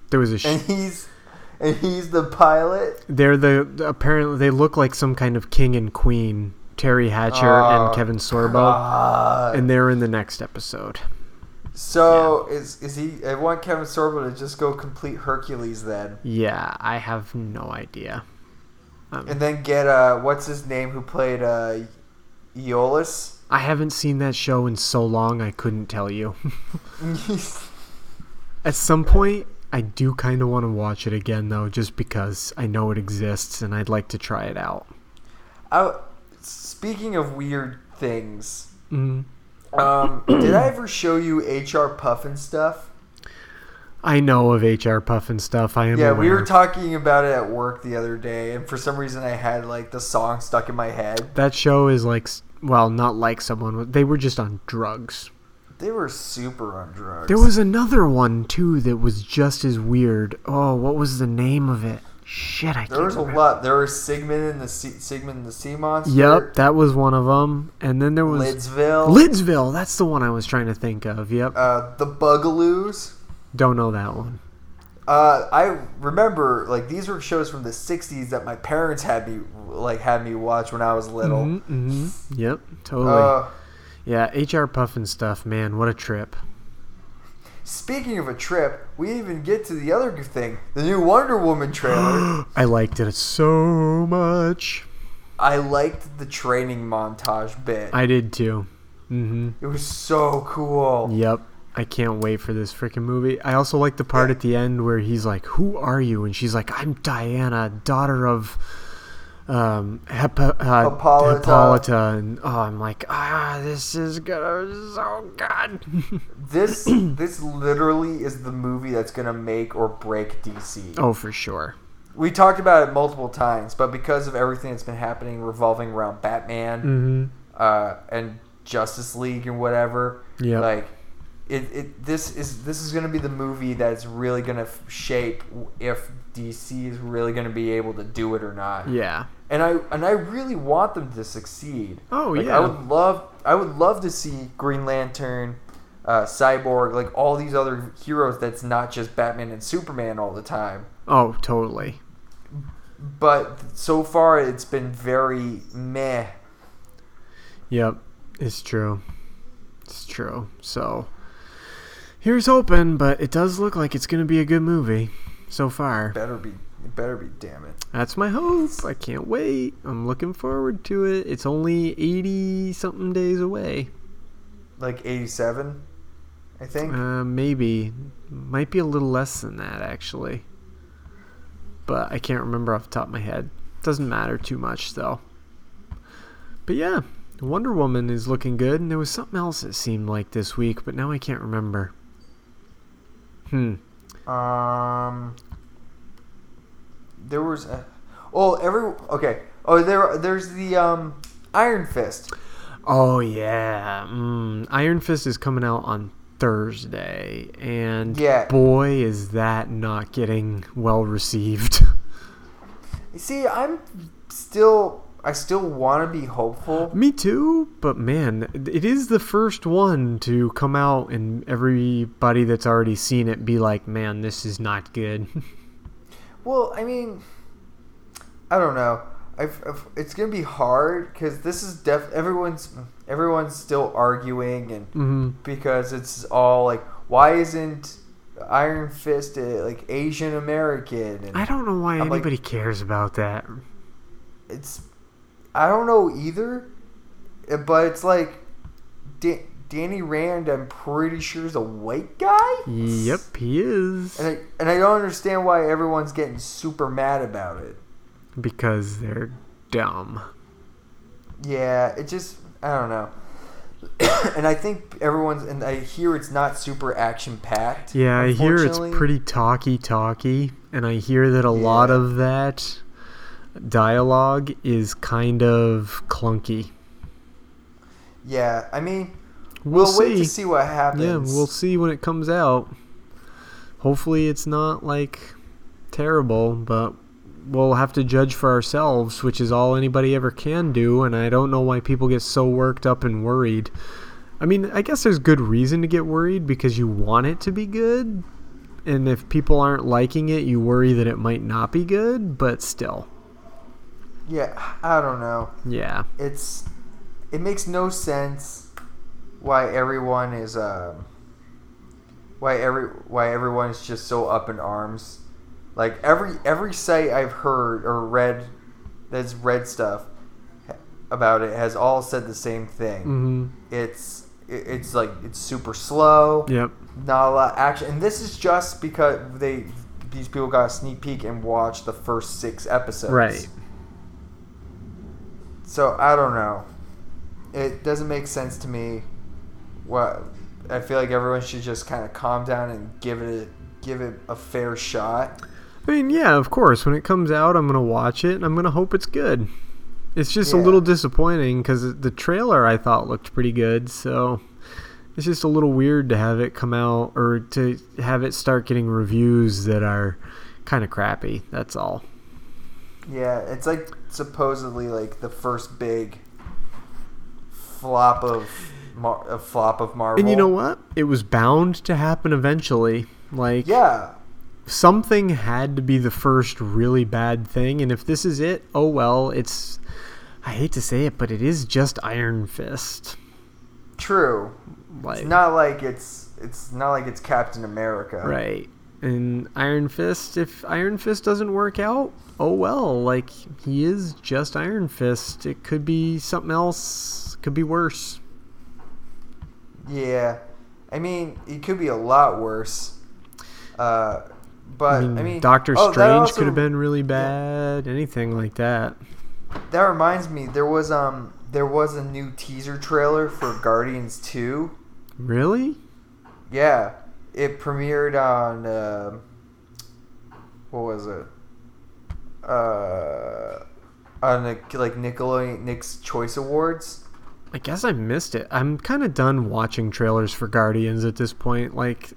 There was a ship. And he's and he's the pilot. They're the apparently they look like some kind of king and queen, Terry Hatcher Oh, and Kevin Sorbo, and they're in the next episode. So is is he? I want Kevin Sorbo to just go complete Hercules then, Yeah, I have no idea. and then get uh, what's his name who played uh, Aeolus. I haven't seen that show in so long I couldn't tell you. At some point, I do kind of want to watch it again though, just because I know it exists and I'd like to try it out. I, Oh, speaking of weird things, Mm-hmm. um, did I ever show you HR Puffin stuff? I know of HR Puff and stuff. I am Yeah, aware. we were talking about it at work the other day, and for some reason I had like the song stuck in my head. that show is like s- well, not like someone. They were just on drugs. They were super on drugs. There was another one too that was just as weird. Oh, what was the name of it? Shit, I There can't was a remember. lot. There was Sigmund and the sea, Sigmund and the Sea Monster. Yep, that was one of them. And then there was Lidsville. Lidsville. That's the one I was trying to think of. Yep, uh, the Bugaloos. don't know that one. Uh, I remember like these were shows from the '60s that my parents had me like had me watch when I was little. Mm-hmm. Yep, totally. Uh, yeah, HR Puffin stuff, man. What a trip. Speaking of a trip, we even get to the other thing, the new Wonder Woman trailer. I liked it so much. I liked the training montage bit. I did too. Mm-hmm. it was so cool. Yep. I can't wait for this freaking movie. I also like the part at the end where he's like, "Who are you?" and she's like, "I'm Diana, daughter of um, Hep- uh, Hippolyta." Hippolyta." And oh, I'm like, "Ah, this is gonna this is so good." This this literally is the movie that's gonna make or break DC. oh, for sure. We talked about it multiple times, but because of everything that's been happening revolving around Batman Mm-hmm. uh, and Justice League and whatever, Yep. like it, it this is this is going to be the movie that's really going to f- shape w- if DC is really going to be able to do it or not. Yeah. And I and I really want them to succeed. Oh, Like, yeah. I would love I would love to see Green Lantern, uh, Cyborg, like all these other heroes that's not just Batman and Superman all the time. Oh, totally. But so far, it's been very meh. Yep, it's true. It's true. So here's hoping, but it does look like it's going to be a good movie so far. Better be, better be, damn it. That's my hope. I can't wait. I'm looking forward to it. It's only 80 something days away. Like 87, I think. Uh, maybe. Might be a little less than that, actually. But I can't remember off the top of my head. Doesn't matter too much, though. But yeah, Wonder Woman is looking good, and there was something else that seemed like this week, but now I can't remember. Hmm. Um, there was, a, oh, every okay. Oh, there, there's the um, Iron Fist. Oh, yeah. Mm. Iron Fist is coming out on Thursday, and Yeah. boy, is that not getting well received. See, I'm still, I still want to be hopeful. Me too, but man, it is the first one to come out, and everybody that's already seen it be like, man, this is not good. Well, I mean, I don't know. I've, I've, it's gonna be hard because this is def. Everyone's, everyone's still arguing and Mhm. because it's all like, why isn't Iron Fist uh, like Asian American? And I don't know why I'm like- anybody cares about that. it's I don't know either, uh, but it's like da- Danny Rand. I'm pretty sure is a white guy. Yep, he is. And I, and I don't understand why everyone's getting super mad about it. Because they're dumb. Yeah, it just I don't know. and I think everyone's and I hear it's not super action packed. Yeah, I hear it's pretty talky talky, and I hear that a lot Yeah. of that dialogue is kind of clunky. Yeah, I mean, We'll, we'll, see. wait to see what happens. Yeah, we'll see when it comes out. Hopefully, it's not like terrible, but we'll have to judge for ourselves, which is all anybody ever can do. And I don't know why people get so worked up and worried. I mean, I guess there's good reason to get worried because you want it to be good. And if people aren't liking it, you worry that it might not be good, but still. Yeah, I don't know. Yeah. it's it makes no sense why everyone is um why every why everyone is just so up in arms. Like every every site I've heard or read that's read stuff about it has all said the same thing. Mhm. It's it- it's like it's super slow. Yep. Not a lot of action, and this is just because they these people got a sneak peek and watched the first six episodes. Right. So I don't know. It doesn't make sense to me. What I feel like everyone should just kind of calm down and give it a, give it a fair shot. I mean, yeah, of course. When it comes out, I'm gonna watch it, and I'm gonna hope it's good. It's just a Yeah. little disappointing because the trailer I thought looked pretty good, so it's just a little weird to have it come out or to have it start getting reviews that are kind of crappy. That's all. Yeah, it's like supposedly like the first big flop of Mar- a flop of Marvel. And you know what? It was bound to happen eventually. Like, Yeah, something had to be the first really bad thing and if this is it oh well it's i hate to say it but it is just iron fist true. like It's not like it's it's not like it's Captain America. right and iron fist if iron fist doesn't work out oh well like he is just iron fist it could be something else could be worse Yeah, I mean it could be a lot worse. Uh, but I mean, doctor oh, that strange also- could have been really bad anything like that That reminds me, there was um there was a new teaser trailer for Guardians Two. really Yeah, it premiered on uh, what was it? Uh, on the, like Nickelodeon Nick's Choice Awards. I guess I missed it. I'm kind of done watching trailers for Guardians at this point. Like,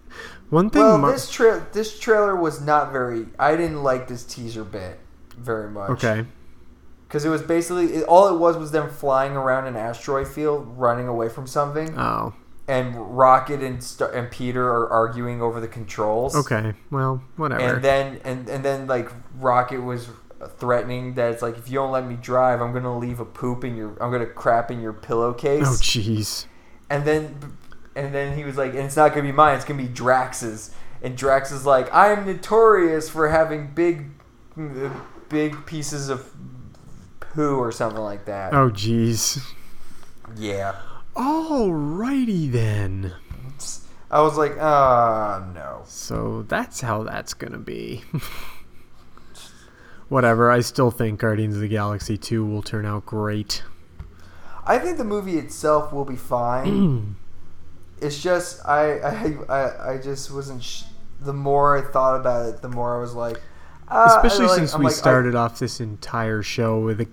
one thing. Well, Mar- this tra- this trailer was not very. I didn't like this teaser bit very much. okay. Because it was basically it, all it was was them flying around an asteroid field, running away from something, Oh. and Rocket and Star- and Peter are arguing over the controls. Okay. Well, whatever. And then and and then like Rocket was threatening that it's like if you don't let me drive, I'm gonna leave a poop in your I'm gonna crap in your pillowcase. oh, jeez. and then and then he was like, and it's not gonna be mine. It's gonna be Drax's. And Drax is like, I am notorious for having big, big pieces of poo or something like that. Oh, jeez. Yeah. Alrighty then. I was like, ah, no. So that's how that's gonna be. Whatever, I still think Guardians of the Galaxy 2 will turn out great. I think the movie itself will be fine. it's just I, I I I just wasn't. Sh- the more I thought about it, the more I was like, ah, Especially I like- since I'm we like, I- started off this entire show with a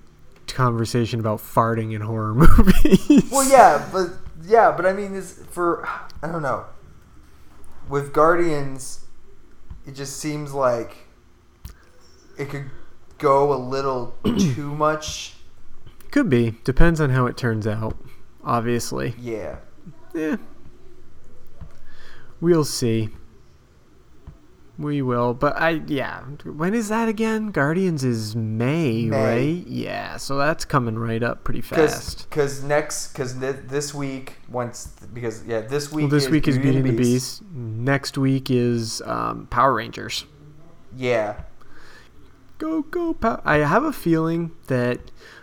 conversation about farting in horror movies. well, yeah, but yeah, but I mean, this for I don't know. With Guardians, it just seems like it could go a little too much. Could be. Depends on how it turns out, obviously. Yeah. Eh. We'll see. We will, but I yeah. When is that again? Guardians is May, May. right? Yeah, so that's coming right up pretty fast. Because next, because this week, once because yeah, this week. Well, this week is Beauty Beauty and and the Beast. Next week is um, Power Rangers. Yeah, Go go! Pow- I have a feeling that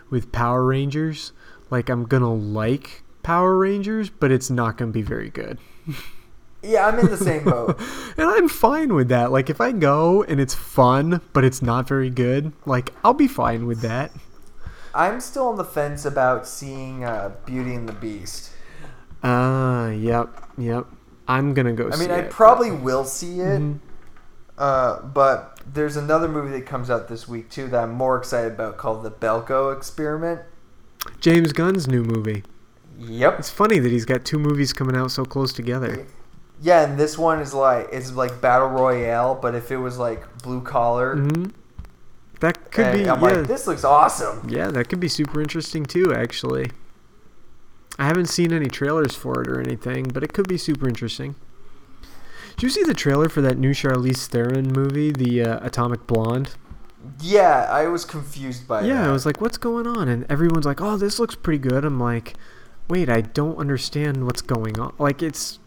with Power Rangers, like I'm gonna like Power Rangers, but it's not gonna be very good. yeah, I'm in the same boat. And I'm fine with that. Like if I go and it's fun, but it's not very good, like I'll be fine with that. I'm still on the fence about seeing uh, Beauty and the Beast. Ah, yep, yep. I'm gonna go. I mean, see I it. probably will see it, Mm-hmm. uh, but there's another movie that comes out this week too that I'm more excited about called The Belko Experiment. James Gunn's new movie. Yep. It's funny that he's got two movies coming out so close together. Yeah, and this one is like it's like battle royale, but if it was like blue collar, hmm That could and be. I'm yeah. like, this looks awesome. Yeah, that could be super interesting too, actually. I haven't seen any trailers for it or anything, but it could be super interesting. Did you see the trailer for that new Charlize Theron movie, the uh, Atomic Blonde? Yeah, I was confused by that. Yeah, I was like, what's going on? And everyone's like, oh, this looks pretty good. I'm like, wait, I don't understand what's going on. Like, it's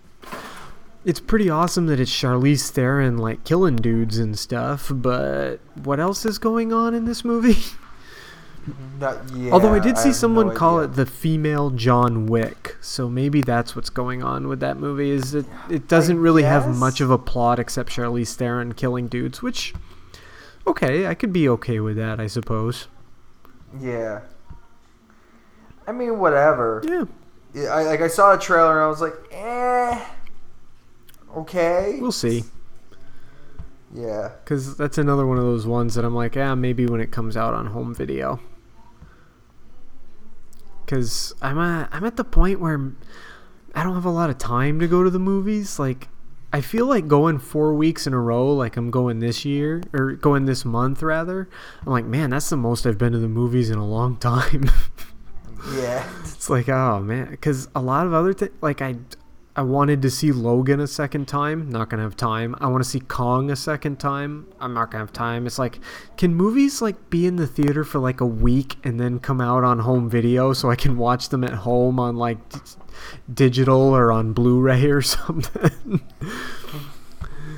it's pretty awesome that it's Charlize Theron like killing dudes and stuff, but what else is going on in this movie? Not- yeah, Although I did see have someone no call idea. it the female John Wick, so maybe that's what's going on with that movie. Is it? It doesn't really have guess. much of a plot except Charlize Theron killing dudes, which okay, I could be okay with that, I suppose. Yeah. I mean, whatever. Yeah, Yeah, I like I saw a trailer and I was like, eh, okay. we'll see, Yeah, because that's another one of those ones that I'm like, ah, maybe when it comes out on home video. Because I'm a, I'm at the point where I don't have a lot of time to go to the movies. Like, I feel like going four weeks in a row, like I'm going this year, or going this month rather. I'm like, man, that's the most I've been to the movies in a long time. yeah, it's like, oh man, because a lot of other things, like I, I wanted to see Logan a second time, not gonna have time. I want to see Kong a second time, I'm not gonna have time. It's like, can movies like be in the theater for like a week and then come out on home video so I can watch them at home on like d- digital or on Blu-ray or something?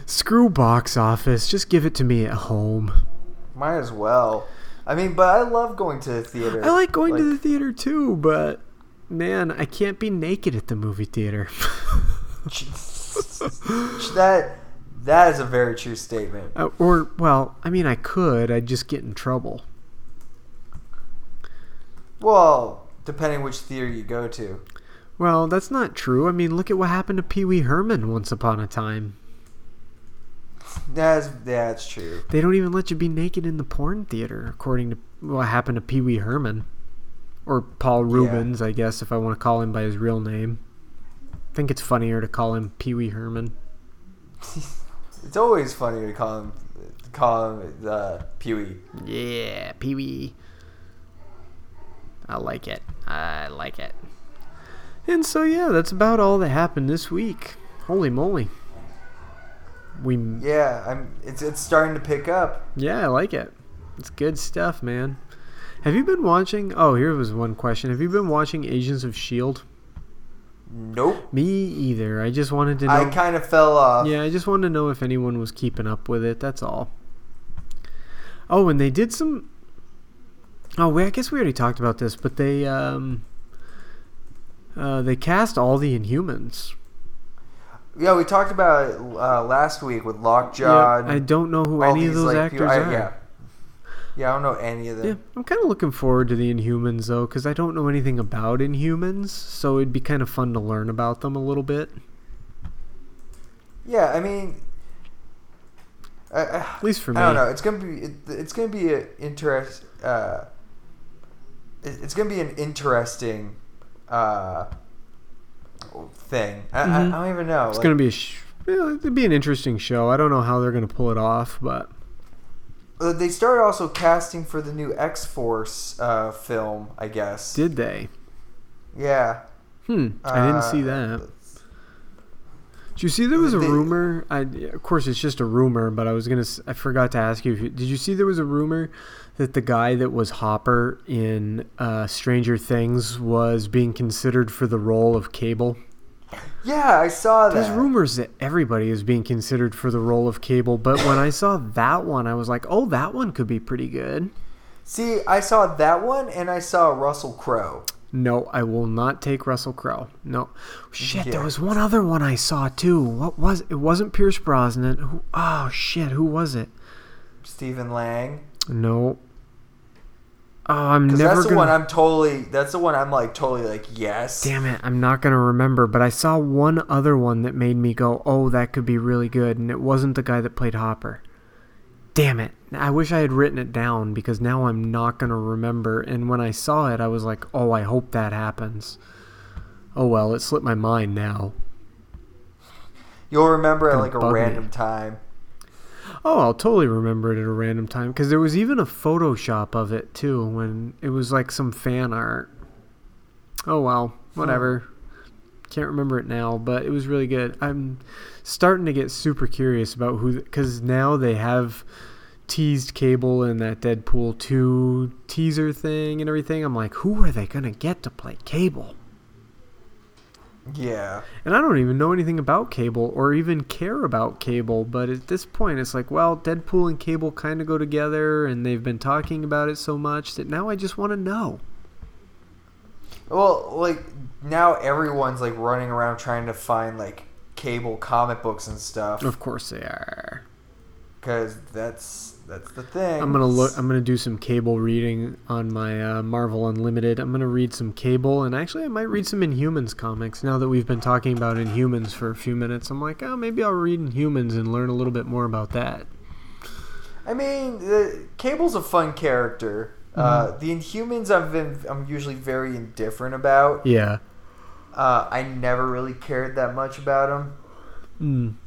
Screw box office, just give it to me at home. might as well. I mean, but I love going to the theater. I like going to the theater too, but man, I can't be naked at the movie theater. the that. That is a very true statement. Uh, or, well, I mean, I could. I'd just get in trouble. Well, depending which theater you go to. Well, that's not true. I mean, look at what happened to Pee Wee Herman once upon a time. That's that's true. They don't even let you be naked in the porn theater, according to what happened to Pee Wee Herman. Or Paul Rubens, I guess, if I want to call him by his real name. I think it's funnier to call him Pee Wee Herman. It's always funny to call him to call him uh, Pee Wee. Yeah, Pee Wee. I like it. I like it. And so, yeah, that's about all that happened this week. Holy moly. We, Yeah, I'm. It's it's starting to pick up. yeah, I like it. It's good stuff, man. Have you been watching? Oh, here was one question. Have you been watching Agents of S.H.I.E.L.D.? Nope. E Me either. I just wanted to know. I kind of fell off. Yeah, I just wanted to know if anyone was keeping up with it. That's all. Oh, and they did some. Oh, we, I guess we already talked about this, but they um, uh, they cast all the Inhumans. Yeah, we talked about it uh, last week with Lockjaw. I don't know who all any of these, those like, actors people- I- are. Yeah. yeah, I don't know any of them. Yeah, I'm kind of looking forward to the Inhumans though, because I don't know anything about Inhumans, so it'd be kind of fun to learn about them a little bit. Yeah, I mean, I, I, At least for me. I don't know. It's gonna be it, it's gonna be an interest. Uh, it- it's gonna be an interesting uh, thing. I, I, I don't even know. Mm-hmm. It's gonna be a sh- yeah, it'd be an interesting show. I don't know how they're gonna pull it off, but be. They started also casting for the new X Force uh, film. I guess. did they? yeah. Hmm. I didn't see Uh, that. Did you see there was a They- rumor? I, of course, it's just a rumor, but I was gonna. s- I forgot to ask you. if you- Did you see there was a rumor that the guy that was Hopper in uh, Stranger Things was being considered for the role of Cable? Yeah, I saw that. There's rumors that everybody is being considered for the role of Cable, but when I saw that one, I was like, "Oh, that one could be pretty good." See, I saw that one, and I saw Russell Crowe. No, I will not take Russell Crowe. No, shit. There Yeah. was one other one I saw too. What was it? Wasn't Pierce Brosnan? Who, oh shit, who was it? Stephen Lang. No. Oh, I'm Because never that's the gonna. one I'm totally. That's the one I'm like totally like yes. Damn it, I'm not gonna remember. But I saw one other one that made me go, "Oh, that could be really good," and it wasn't the guy that played Hopper. Damn it! I wish I had written it down because now I'm not gonna remember. And when I saw it, I was like, "Oh, I hope that happens." Oh well, it slipped my mind now. You'll remember at like bug a me. random time. Oh, I'll totally remember it at a random time because there was even a Photoshop of it too when it was like some fan art. Oh well, whatever. Can't remember it now, but it was really good. I'm starting to get super curious about who because now they have teased Cable and that Deadpool two teaser thing and everything. I'm like, who are they gonna get to play Cable? Yeah. And I don't even know anything about Cable or even care about Cable, but at this point it's like, well, Deadpool and Cable kind of go together and they've been talking about it so much that now I just want to know. Well, like now everyone's like running around trying to find like cable comic books and stuff Of course they are. because that's that's the thing. I'm going to look I'm going to do some Cable reading on my uh, Marvel Unlimited. I'm going to read some Cable and actually I might read some Inhumans comics now that we've been talking about Inhumans for a few minutes. I'm like, "Oh, maybe I'll read Inhumans and learn a little bit more about that." I mean, the, Cable's a fun character. Uh, Mm-hmm. the Inhumans, I've been I'm usually very indifferent about. Yeah. Uh, I never really cared that much about them.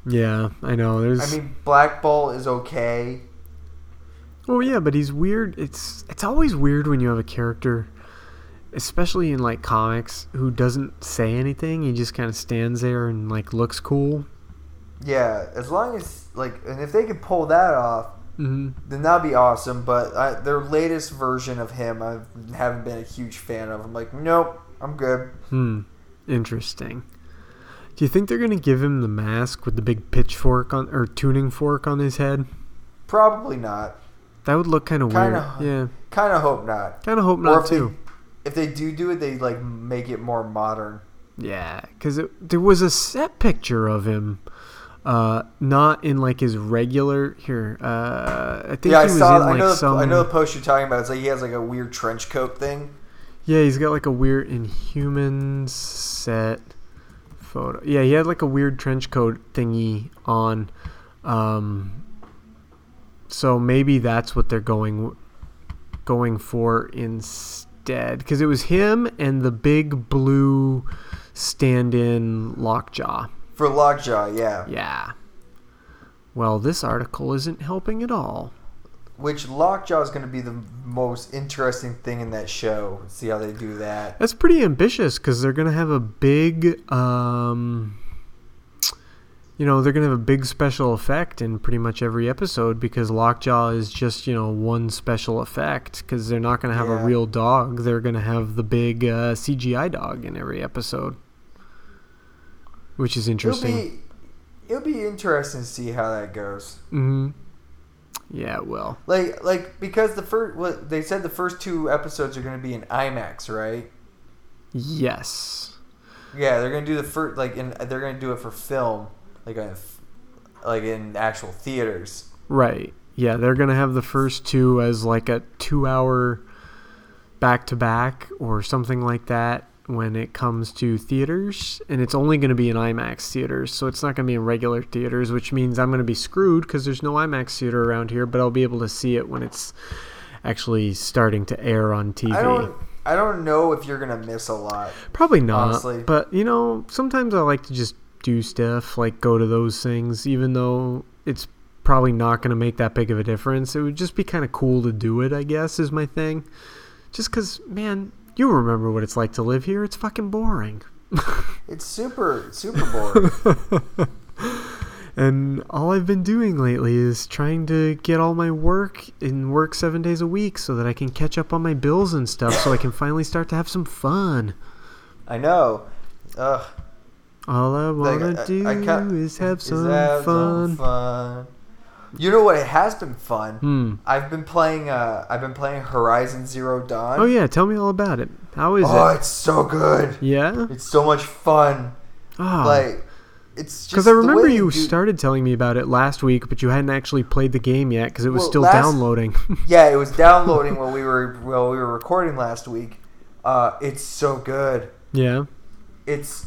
Mm, yeah, I know. There's I mean, Black Bolt is okay. Well, yeah, but he's weird. It's it's always weird when you have a character, especially in like comics, who doesn't say anything. He just kind of stands there and like looks cool. Yeah, as long as like, and if they could pull that off, hmm then that'd be awesome. But I, their latest version of him, I haven't been a huge fan of. I'm like, nope, I'm good. Hmm. Interesting. Do you think they're gonna give him the mask with the big pitchfork on or tuning fork on his head? Probably not. That would look kind of weird. Kinda. Yeah. Kind of hope not. Kind of hope Or not if too. they if they do do it, they like make it more modern. Yeah, because there was a set picture of him, uh, not in like his regular here. Uh, I think Yeah, he I was saw. in like I know. the, some. I know the post you're talking about. It's like he has like a weird trench coat thing. Yeah, he's got like a weird Inhumans set photo. Yeah, he had like a weird trench coat thingy on. Um, so maybe that's what they're going going for instead, because it was him and the big blue stand-in Lockjaw. For Lockjaw, yeah. Yeah. Well, this article isn't helping at all. Which Lockjaw is going to be the most interesting thing in that show. See how they do that. That's pretty ambitious because they're gonna have a big, um, you know, they're gonna have a big special effect in pretty much every episode because Lockjaw is just you know one special effect because they're not gonna have Yeah. a real dog. They're gonna have the big uh, CGI dog in every episode, which is It'll interesting. be it'll be interesting to see how that goes. hmm Yeah, it will. Like like because the first what they said the first two episodes are going to be in IMAX, right? Yes. Yeah, they're gonna do the first like in they're gonna do it for film, like a, like in actual theaters. Right. Yeah, they're gonna have the first two as like a two-hour back-to-back or something like that when it comes to theaters, and it's only gonna be in IMAX theaters, so it's not gonna be in regular theaters, which means I'm gonna be screwed because there's no IMAX theater around here, but I'll be able to see it when it's actually starting to air on TV. I don't I don't know if you're gonna miss a lot. Probably not. Honestly. But you know, sometimes I like to just do stuff, like go to those things, even though it's probably not going to make that big of a difference. It would just be kind of cool to do it, I guess, is my thing. Just because, man, you remember what it's like to live here. It's fucking boring. It's super super boring. And all I've been doing lately is trying to get all my work and work seven days a week so that I can catch up on my bills and stuff so I can finally start to have some fun. I know. Ugh. All I like, want to do can't- is have some have fun. some fun. You know what? It has been fun. Hmm. I've been playing. Uh, I've been playing Horizon Zero Dawn. Oh yeah, tell me all about it. How is Oh, it? it's so good. Yeah. It's so much fun. Ah. Like, it's just because I the remember way you do- started telling me about it last week, but you hadn't actually played the game yet because it was Well, still last- downloading. Yeah, it was downloading while we were while we were recording last week. Uh, it's so good. yeah. It's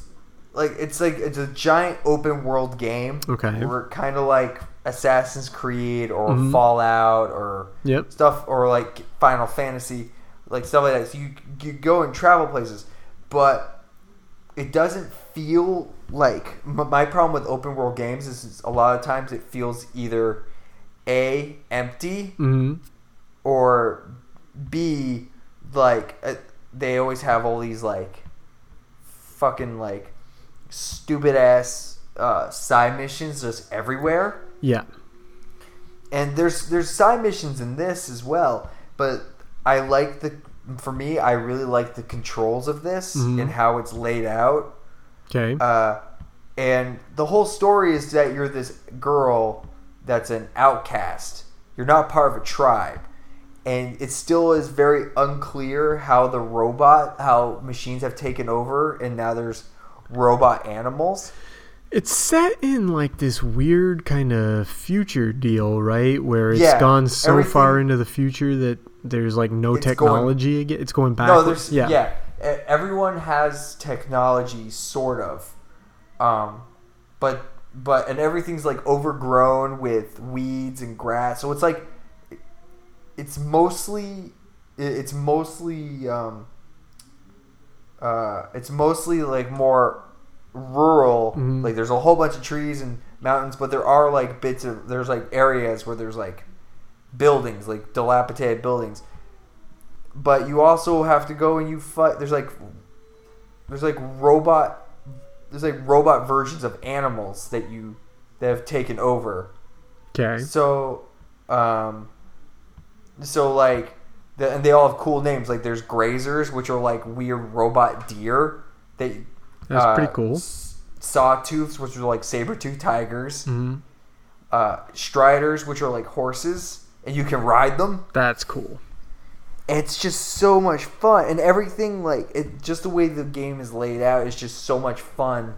like it's like it's a giant open world game. Okay. we're kind of like Assassin's Creed or Fallout or Yep. stuff or like Final Fantasy, like stuff like that. So you you go and travel places, but it doesn't feel like m- my problem with open world games is, is a lot of times it feels either a empty hmm or B, like uh, they always have all these like fucking like stupid ass uh, side missions just everywhere. Yeah. And there's there's side missions in this as well, but I like the for me I really like the controls of this and how it's laid out. Okay. Uh, and the whole story is that you're this girl that's an outcast. You're not part of a tribe. And it still is very unclear how the robot, how machines have taken over, and now there's robot animals. it's set in like this weird kind of future deal, right? Where it's Yeah, gone so everything- far into the future that there's like no It's going- technology again. It's going back. No, there's yeah. E- Everyone has technology, sort of, um, but but and everything's like overgrown with weeds and grass. So it's like it's mostly i- it's mostly um, uh, it's mostly like more rural. Like there's a whole bunch of trees and mountains, but there are like bits of there's like areas where there's like buildings, like dilapidated buildings but you also have to go and you fight. There's like, there's like robot, there's like robot versions of animals that you that have taken over. Okay. So, um, so like, the, and they all have cool names. Like, there's grazers, which are like weird robot deer. They That's uh, pretty cool. s- Sawtooths, which are like saber-toothed tigers. Mm-hmm. Uh, striders, which are like horses, and you can ride them That's cool. it's just so much fun and everything like it just the way the game is laid out is just so much fun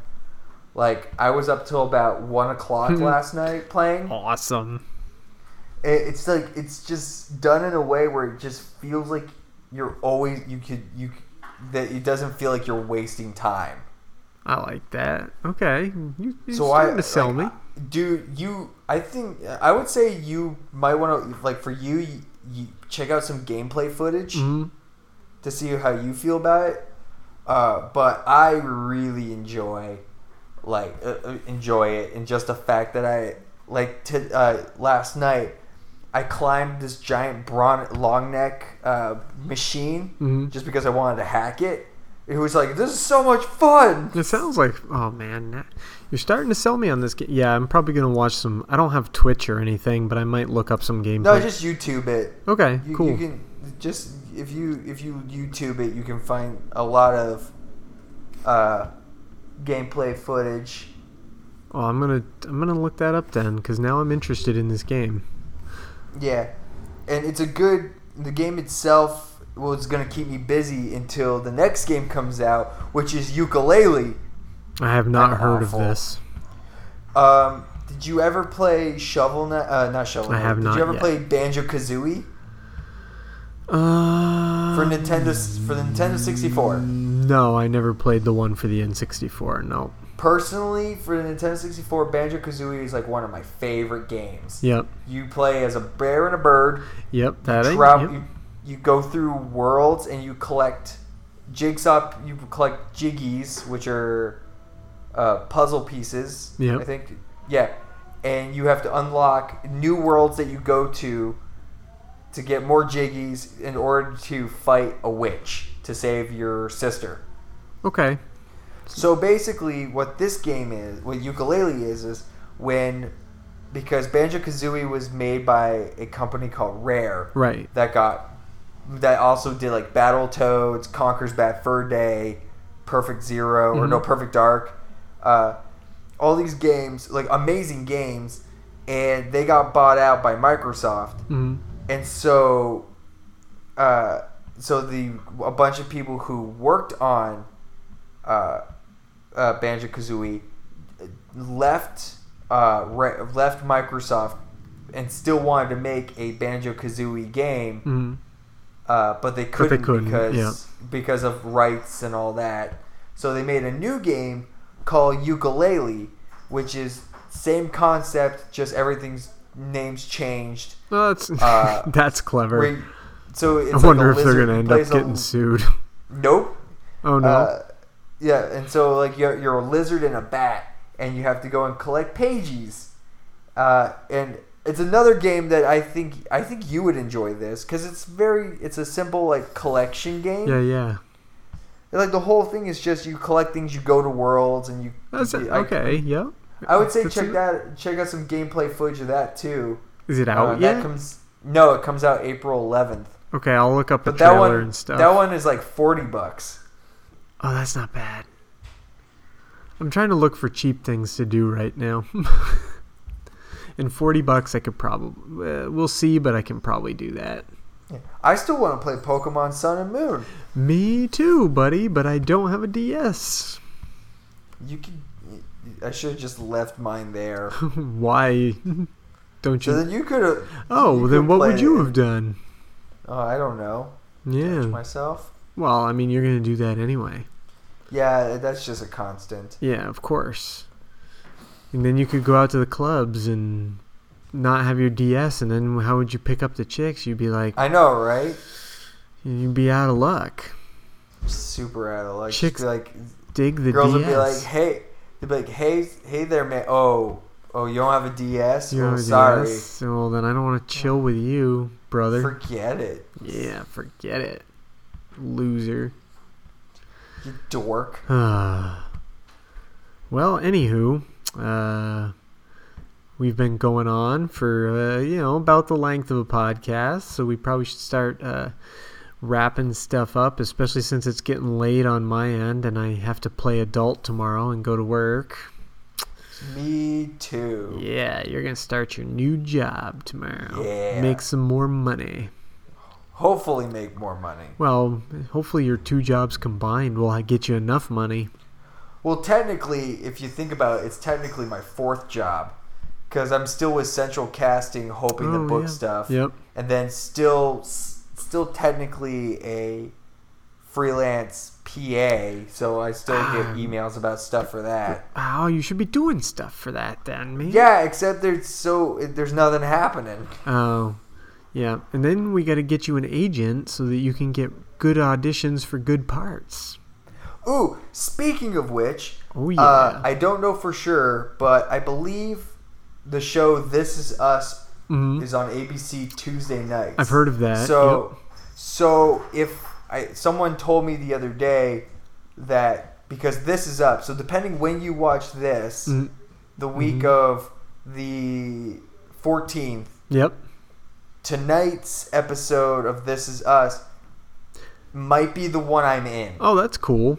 like i was up till about one o'clock last night playing Oh. it, Awesome. it's like it's just done in a way where it just feels like you're always you could you that it doesn't feel like you're wasting time I like that. Okay. You, you're so starting I to sell like, me. dude. You, I think I would say you might want to like for you, you, you check out some gameplay footage Mm-hmm. to see how you feel about it. Uh, but I really enjoy like uh, uh, enjoy it, and just the fact that I like t- uh, last night I climbed this giant brawn long neck uh, machine Mm-hmm. just because I wanted to hack it. It was like this is so much fun. It sounds like oh man, na- you're starting to sell me on this game. Yeah, I'm probably gonna watch some. I don't have Twitch or anything, but I might look up some gameplay. No, just YouTube it. okay, You, cool. you can just if you if you YouTube it, you can find a lot of uh, gameplay footage. oh, I'm gonna I'm gonna look that up then, because now I'm interested in this game. Yeah, and it's a good. The game itself was gonna keep me busy until the next game comes out, which is Ukulele. I have not That's heard awful. of this. Um, did you ever play Shovel Knight? Uh, not Shovel I Knight. have did not you ever yet. play Banjo Kazooie Uh, for Nintendo for the Nintendo 64? no, I never played the one for the N64. No. Personally, for the Nintendo 64, Banjo Kazooie is like one of my favorite games. Yep. You play as a bear and a bird. Yep. That I. travel, yep. you, you go through worlds and you collect jigsaw. You collect jiggies, which are uh, puzzle pieces. Yep. I think. Yeah, and you have to unlock new worlds that you go to to get more jiggies in order to fight a witch to save your sister. Okay. So basically, what this game is, what ukulele is, is when because Banjo Kazooie was made by a company called Rare, Right. that got that also did like Battletoads, Conker's Bad Fur Day, Perfect 0 or No Perfect Dark. Uh, all these games, like amazing games, and they got bought out by Microsoft. Mhm. And so, uh, so the a bunch of people who worked on uh, uh, Banjo Kazooie left uh, re- left Microsoft and still wanted to make a Banjo Kazooie game, Mhm. uh, but they couldn't, couldn't, because yeah. because of rights and all that. So they made a new game called Ukulele, which is same concept, just everything's names changed. Well, that's Uh, that's clever. Where- so it's I like a wonder if they're lizard gonna who end up plays a- getting sued. Nope. Oh no. Uh, yeah, and so like you're, you're a lizard and a bat, and you have to go and collect pages. Uh, and it's another game that I think I think you would enjoy this because it's very it's a simple like collection game. yeah. Yeah. And, Like the whole thing is just you collect things, you go to worlds, and you. That's it. I- okay. Yep. I, would say That's check it. that check out some gameplay footage of that too. Is it Uh, out That yet? comes no, it comes out April 11th. okay, I'll look up the But that trailer one and stuff. that one is like 40 bucks. Oh, that's not bad. I'm trying to look for cheap things to do right now. and 40 bucks I could probably uh, we'll see, but I can probably do that. I still want to play Pokemon Sun and Moon. Me too, buddy, but I don't have a DS. You could. I should have just left mine there. Why don't So you? then you could have. oh, you then could what would play you it. have done? Oh, I don't know. Yeah. Myself. Well, I mean, you're going to do that anyway. Yeah, that's just a constant. Yeah, of course. And then you could go out to the clubs and not have your DS, and then how would you pick up the chicks? You'd be like, I know, right? you'd be out of luck. Super out of luck. Just Chicks- be like Dig the DS. girls would be like, hey, they'd be like, hey, hey there, man. Oh, oh, you don't have a DS. You oh, have a sorry. DS? Well, then I don't want to chill with you, brother. Forget it, yeah, forget it, loser. you dork. well, anywho, uh, we've been going on for uh, you know about the length of a podcast, so we probably should start uh, wrapping stuff up, especially since it's getting late on my end, and I have to play adult tomorrow and go to work. Me too. Yeah, you're gonna start your new job tomorrow. Yeah. Make some more money. Hopefully, make more money. Well, hopefully your two jobs combined will get you enough money. Well, technically, if you think about it, it's technically my fourth job because I'm still with Central Casting, hoping Oh, to book yeah. stuff, Yep. and then still, s- still technically a freelance PA. So I still get Ah. emails about stuff for that. Oh, you should be doing stuff for that then, man. Yeah, except there's so there's nothing happening. Oh, yeah. And then we got to get you an agent so that you can get good auditions for good parts. Ooh, speaking of which, Oh, yeah. uh, I don't know for sure, but I believe the show This Is Us is on ABC Tuesday nights. Mm-hmm. I've heard of that, So, so if I someone told me the other day that because this is up, so depending when you watch this, Mm-hmm. the week of the 14th, Yep. tonight's episode of This Is Us might be the one I'm in. Oh, that's cool.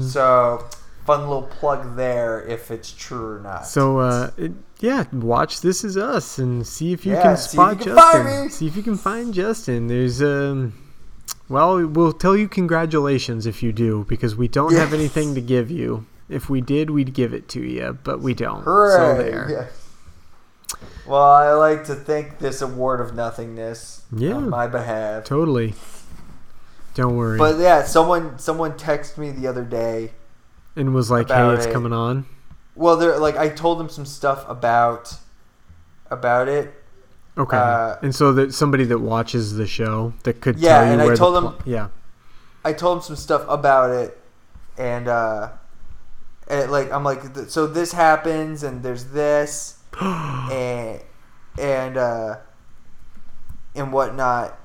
So, fun little plug there if it's true or not. So uh, it, yeah, watch This Is Us and see if you Yeah, can see if spot you can Justin. find me. See if you can find Justin. There's um, well, we'll tell you congratulations if you do because we don't have Yes. anything to give you. If we did, we'd give it to you, but we don't. Hooray! So there. Yeah. Well, I like to thank this award of nothingness Yeah. on my behalf. Totally. Don't worry. But yeah, someone someone texted me the other day. and was like, hey, about it's it. coming on. Well, they're like I told them some stuff about about it. Okay. Uh, and so that somebody that watches the show that could Yeah, tell you and I where told the them- yeah. I told them some stuff about it, and uh, and like I'm like, th- so this happens, and there's this, and and uh, and whatnot,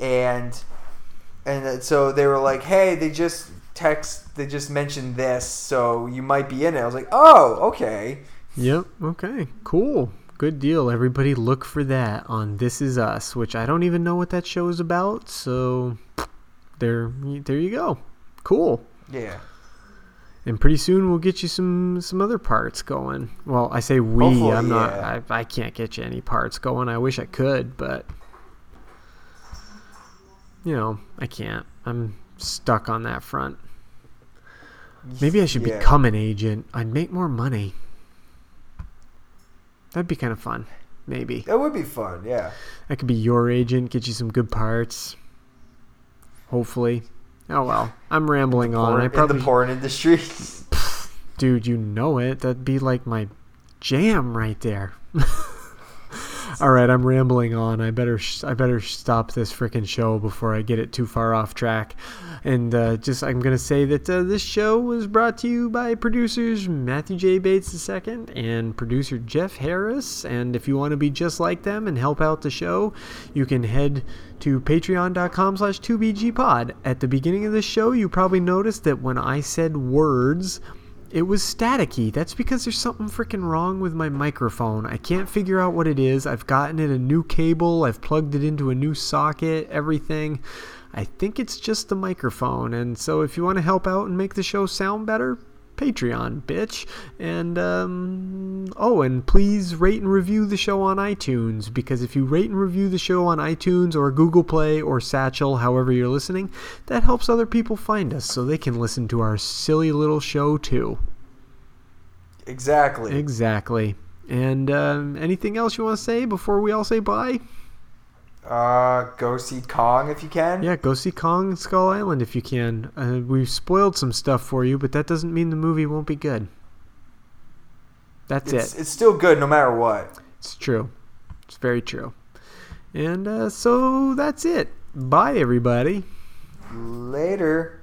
and and then- so they were like, hey, they just text, they just mentioned this, so you might be in it. I was like, oh, okay, Yep. Okay. Cool. Good deal. Everybody look for that on This Is Us, which I don't even know what that show is about. So there there you go. Cool. yeah. And pretty soon we'll get you some some other parts going. Well, I say we. Hopefully, I'm not. yeah. I, I can't get you any parts going. I wish I could, but you know I can't. I'm stuck on that front. Maybe I should Yeah. become an agent. I'd make more money. That'd be kind of fun. Maybe That would be fun, yeah. I could be your agent. Get you some good parts. Hopefully. Oh well, I'm rambling on. I probably in the porn industry. Dude, you know it. That'd be like my jam right there. All right, I'm rambling on. I better sh- I better stop this frickin' show before I get it too far off track. And uh, just I'm gonna say that uh, this show was brought to you by producers Matthew J Bates II and producer Jeff Harris. And if you want to be just like them and help out the show, you can head to patreon.com slash 2bgpod. At the beginning of this show, you probably noticed that when I said words, it was staticky. That's because there's something freaking wrong with my microphone. I can't figure out what it is. I've gotten it a new cable, I've plugged it into a new socket, everything. I think it's just the microphone. And so if you want to help out and make the show sound better, Patreon, bitch. And, um, oh, and please rate and review the show on iTunes because if you rate and review the show on iTunes or Google Play or Satchel, however you're listening, that helps other people find us so they can listen to our silly little show too. exactly. Exactly. And um, anything else you want to say before we all say bye? Uh, go see Kong if you can. Yeah, go see Kong Skull Island if you can. Uh, we've spoiled some stuff for you, but that doesn't mean the movie won't be good. That's it. It's, it's still good no matter what. It's true. It's very true. And uh, so that's it. Bye, everybody. Later.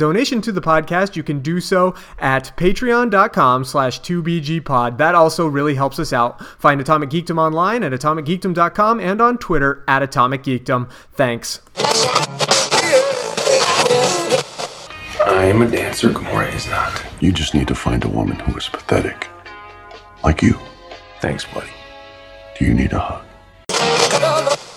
donation to the podcast, you can do so at patreon.com slash 2BGPod. That also really helps us out. Find Atomic Geekdom online at atomicgeekdom.com and on Twitter at Atomic Geekdom. Thanks. I am a dancer, Gamora is not. You just need to find a woman who is pathetic. Like you. Thanks, buddy. Do you need a hug?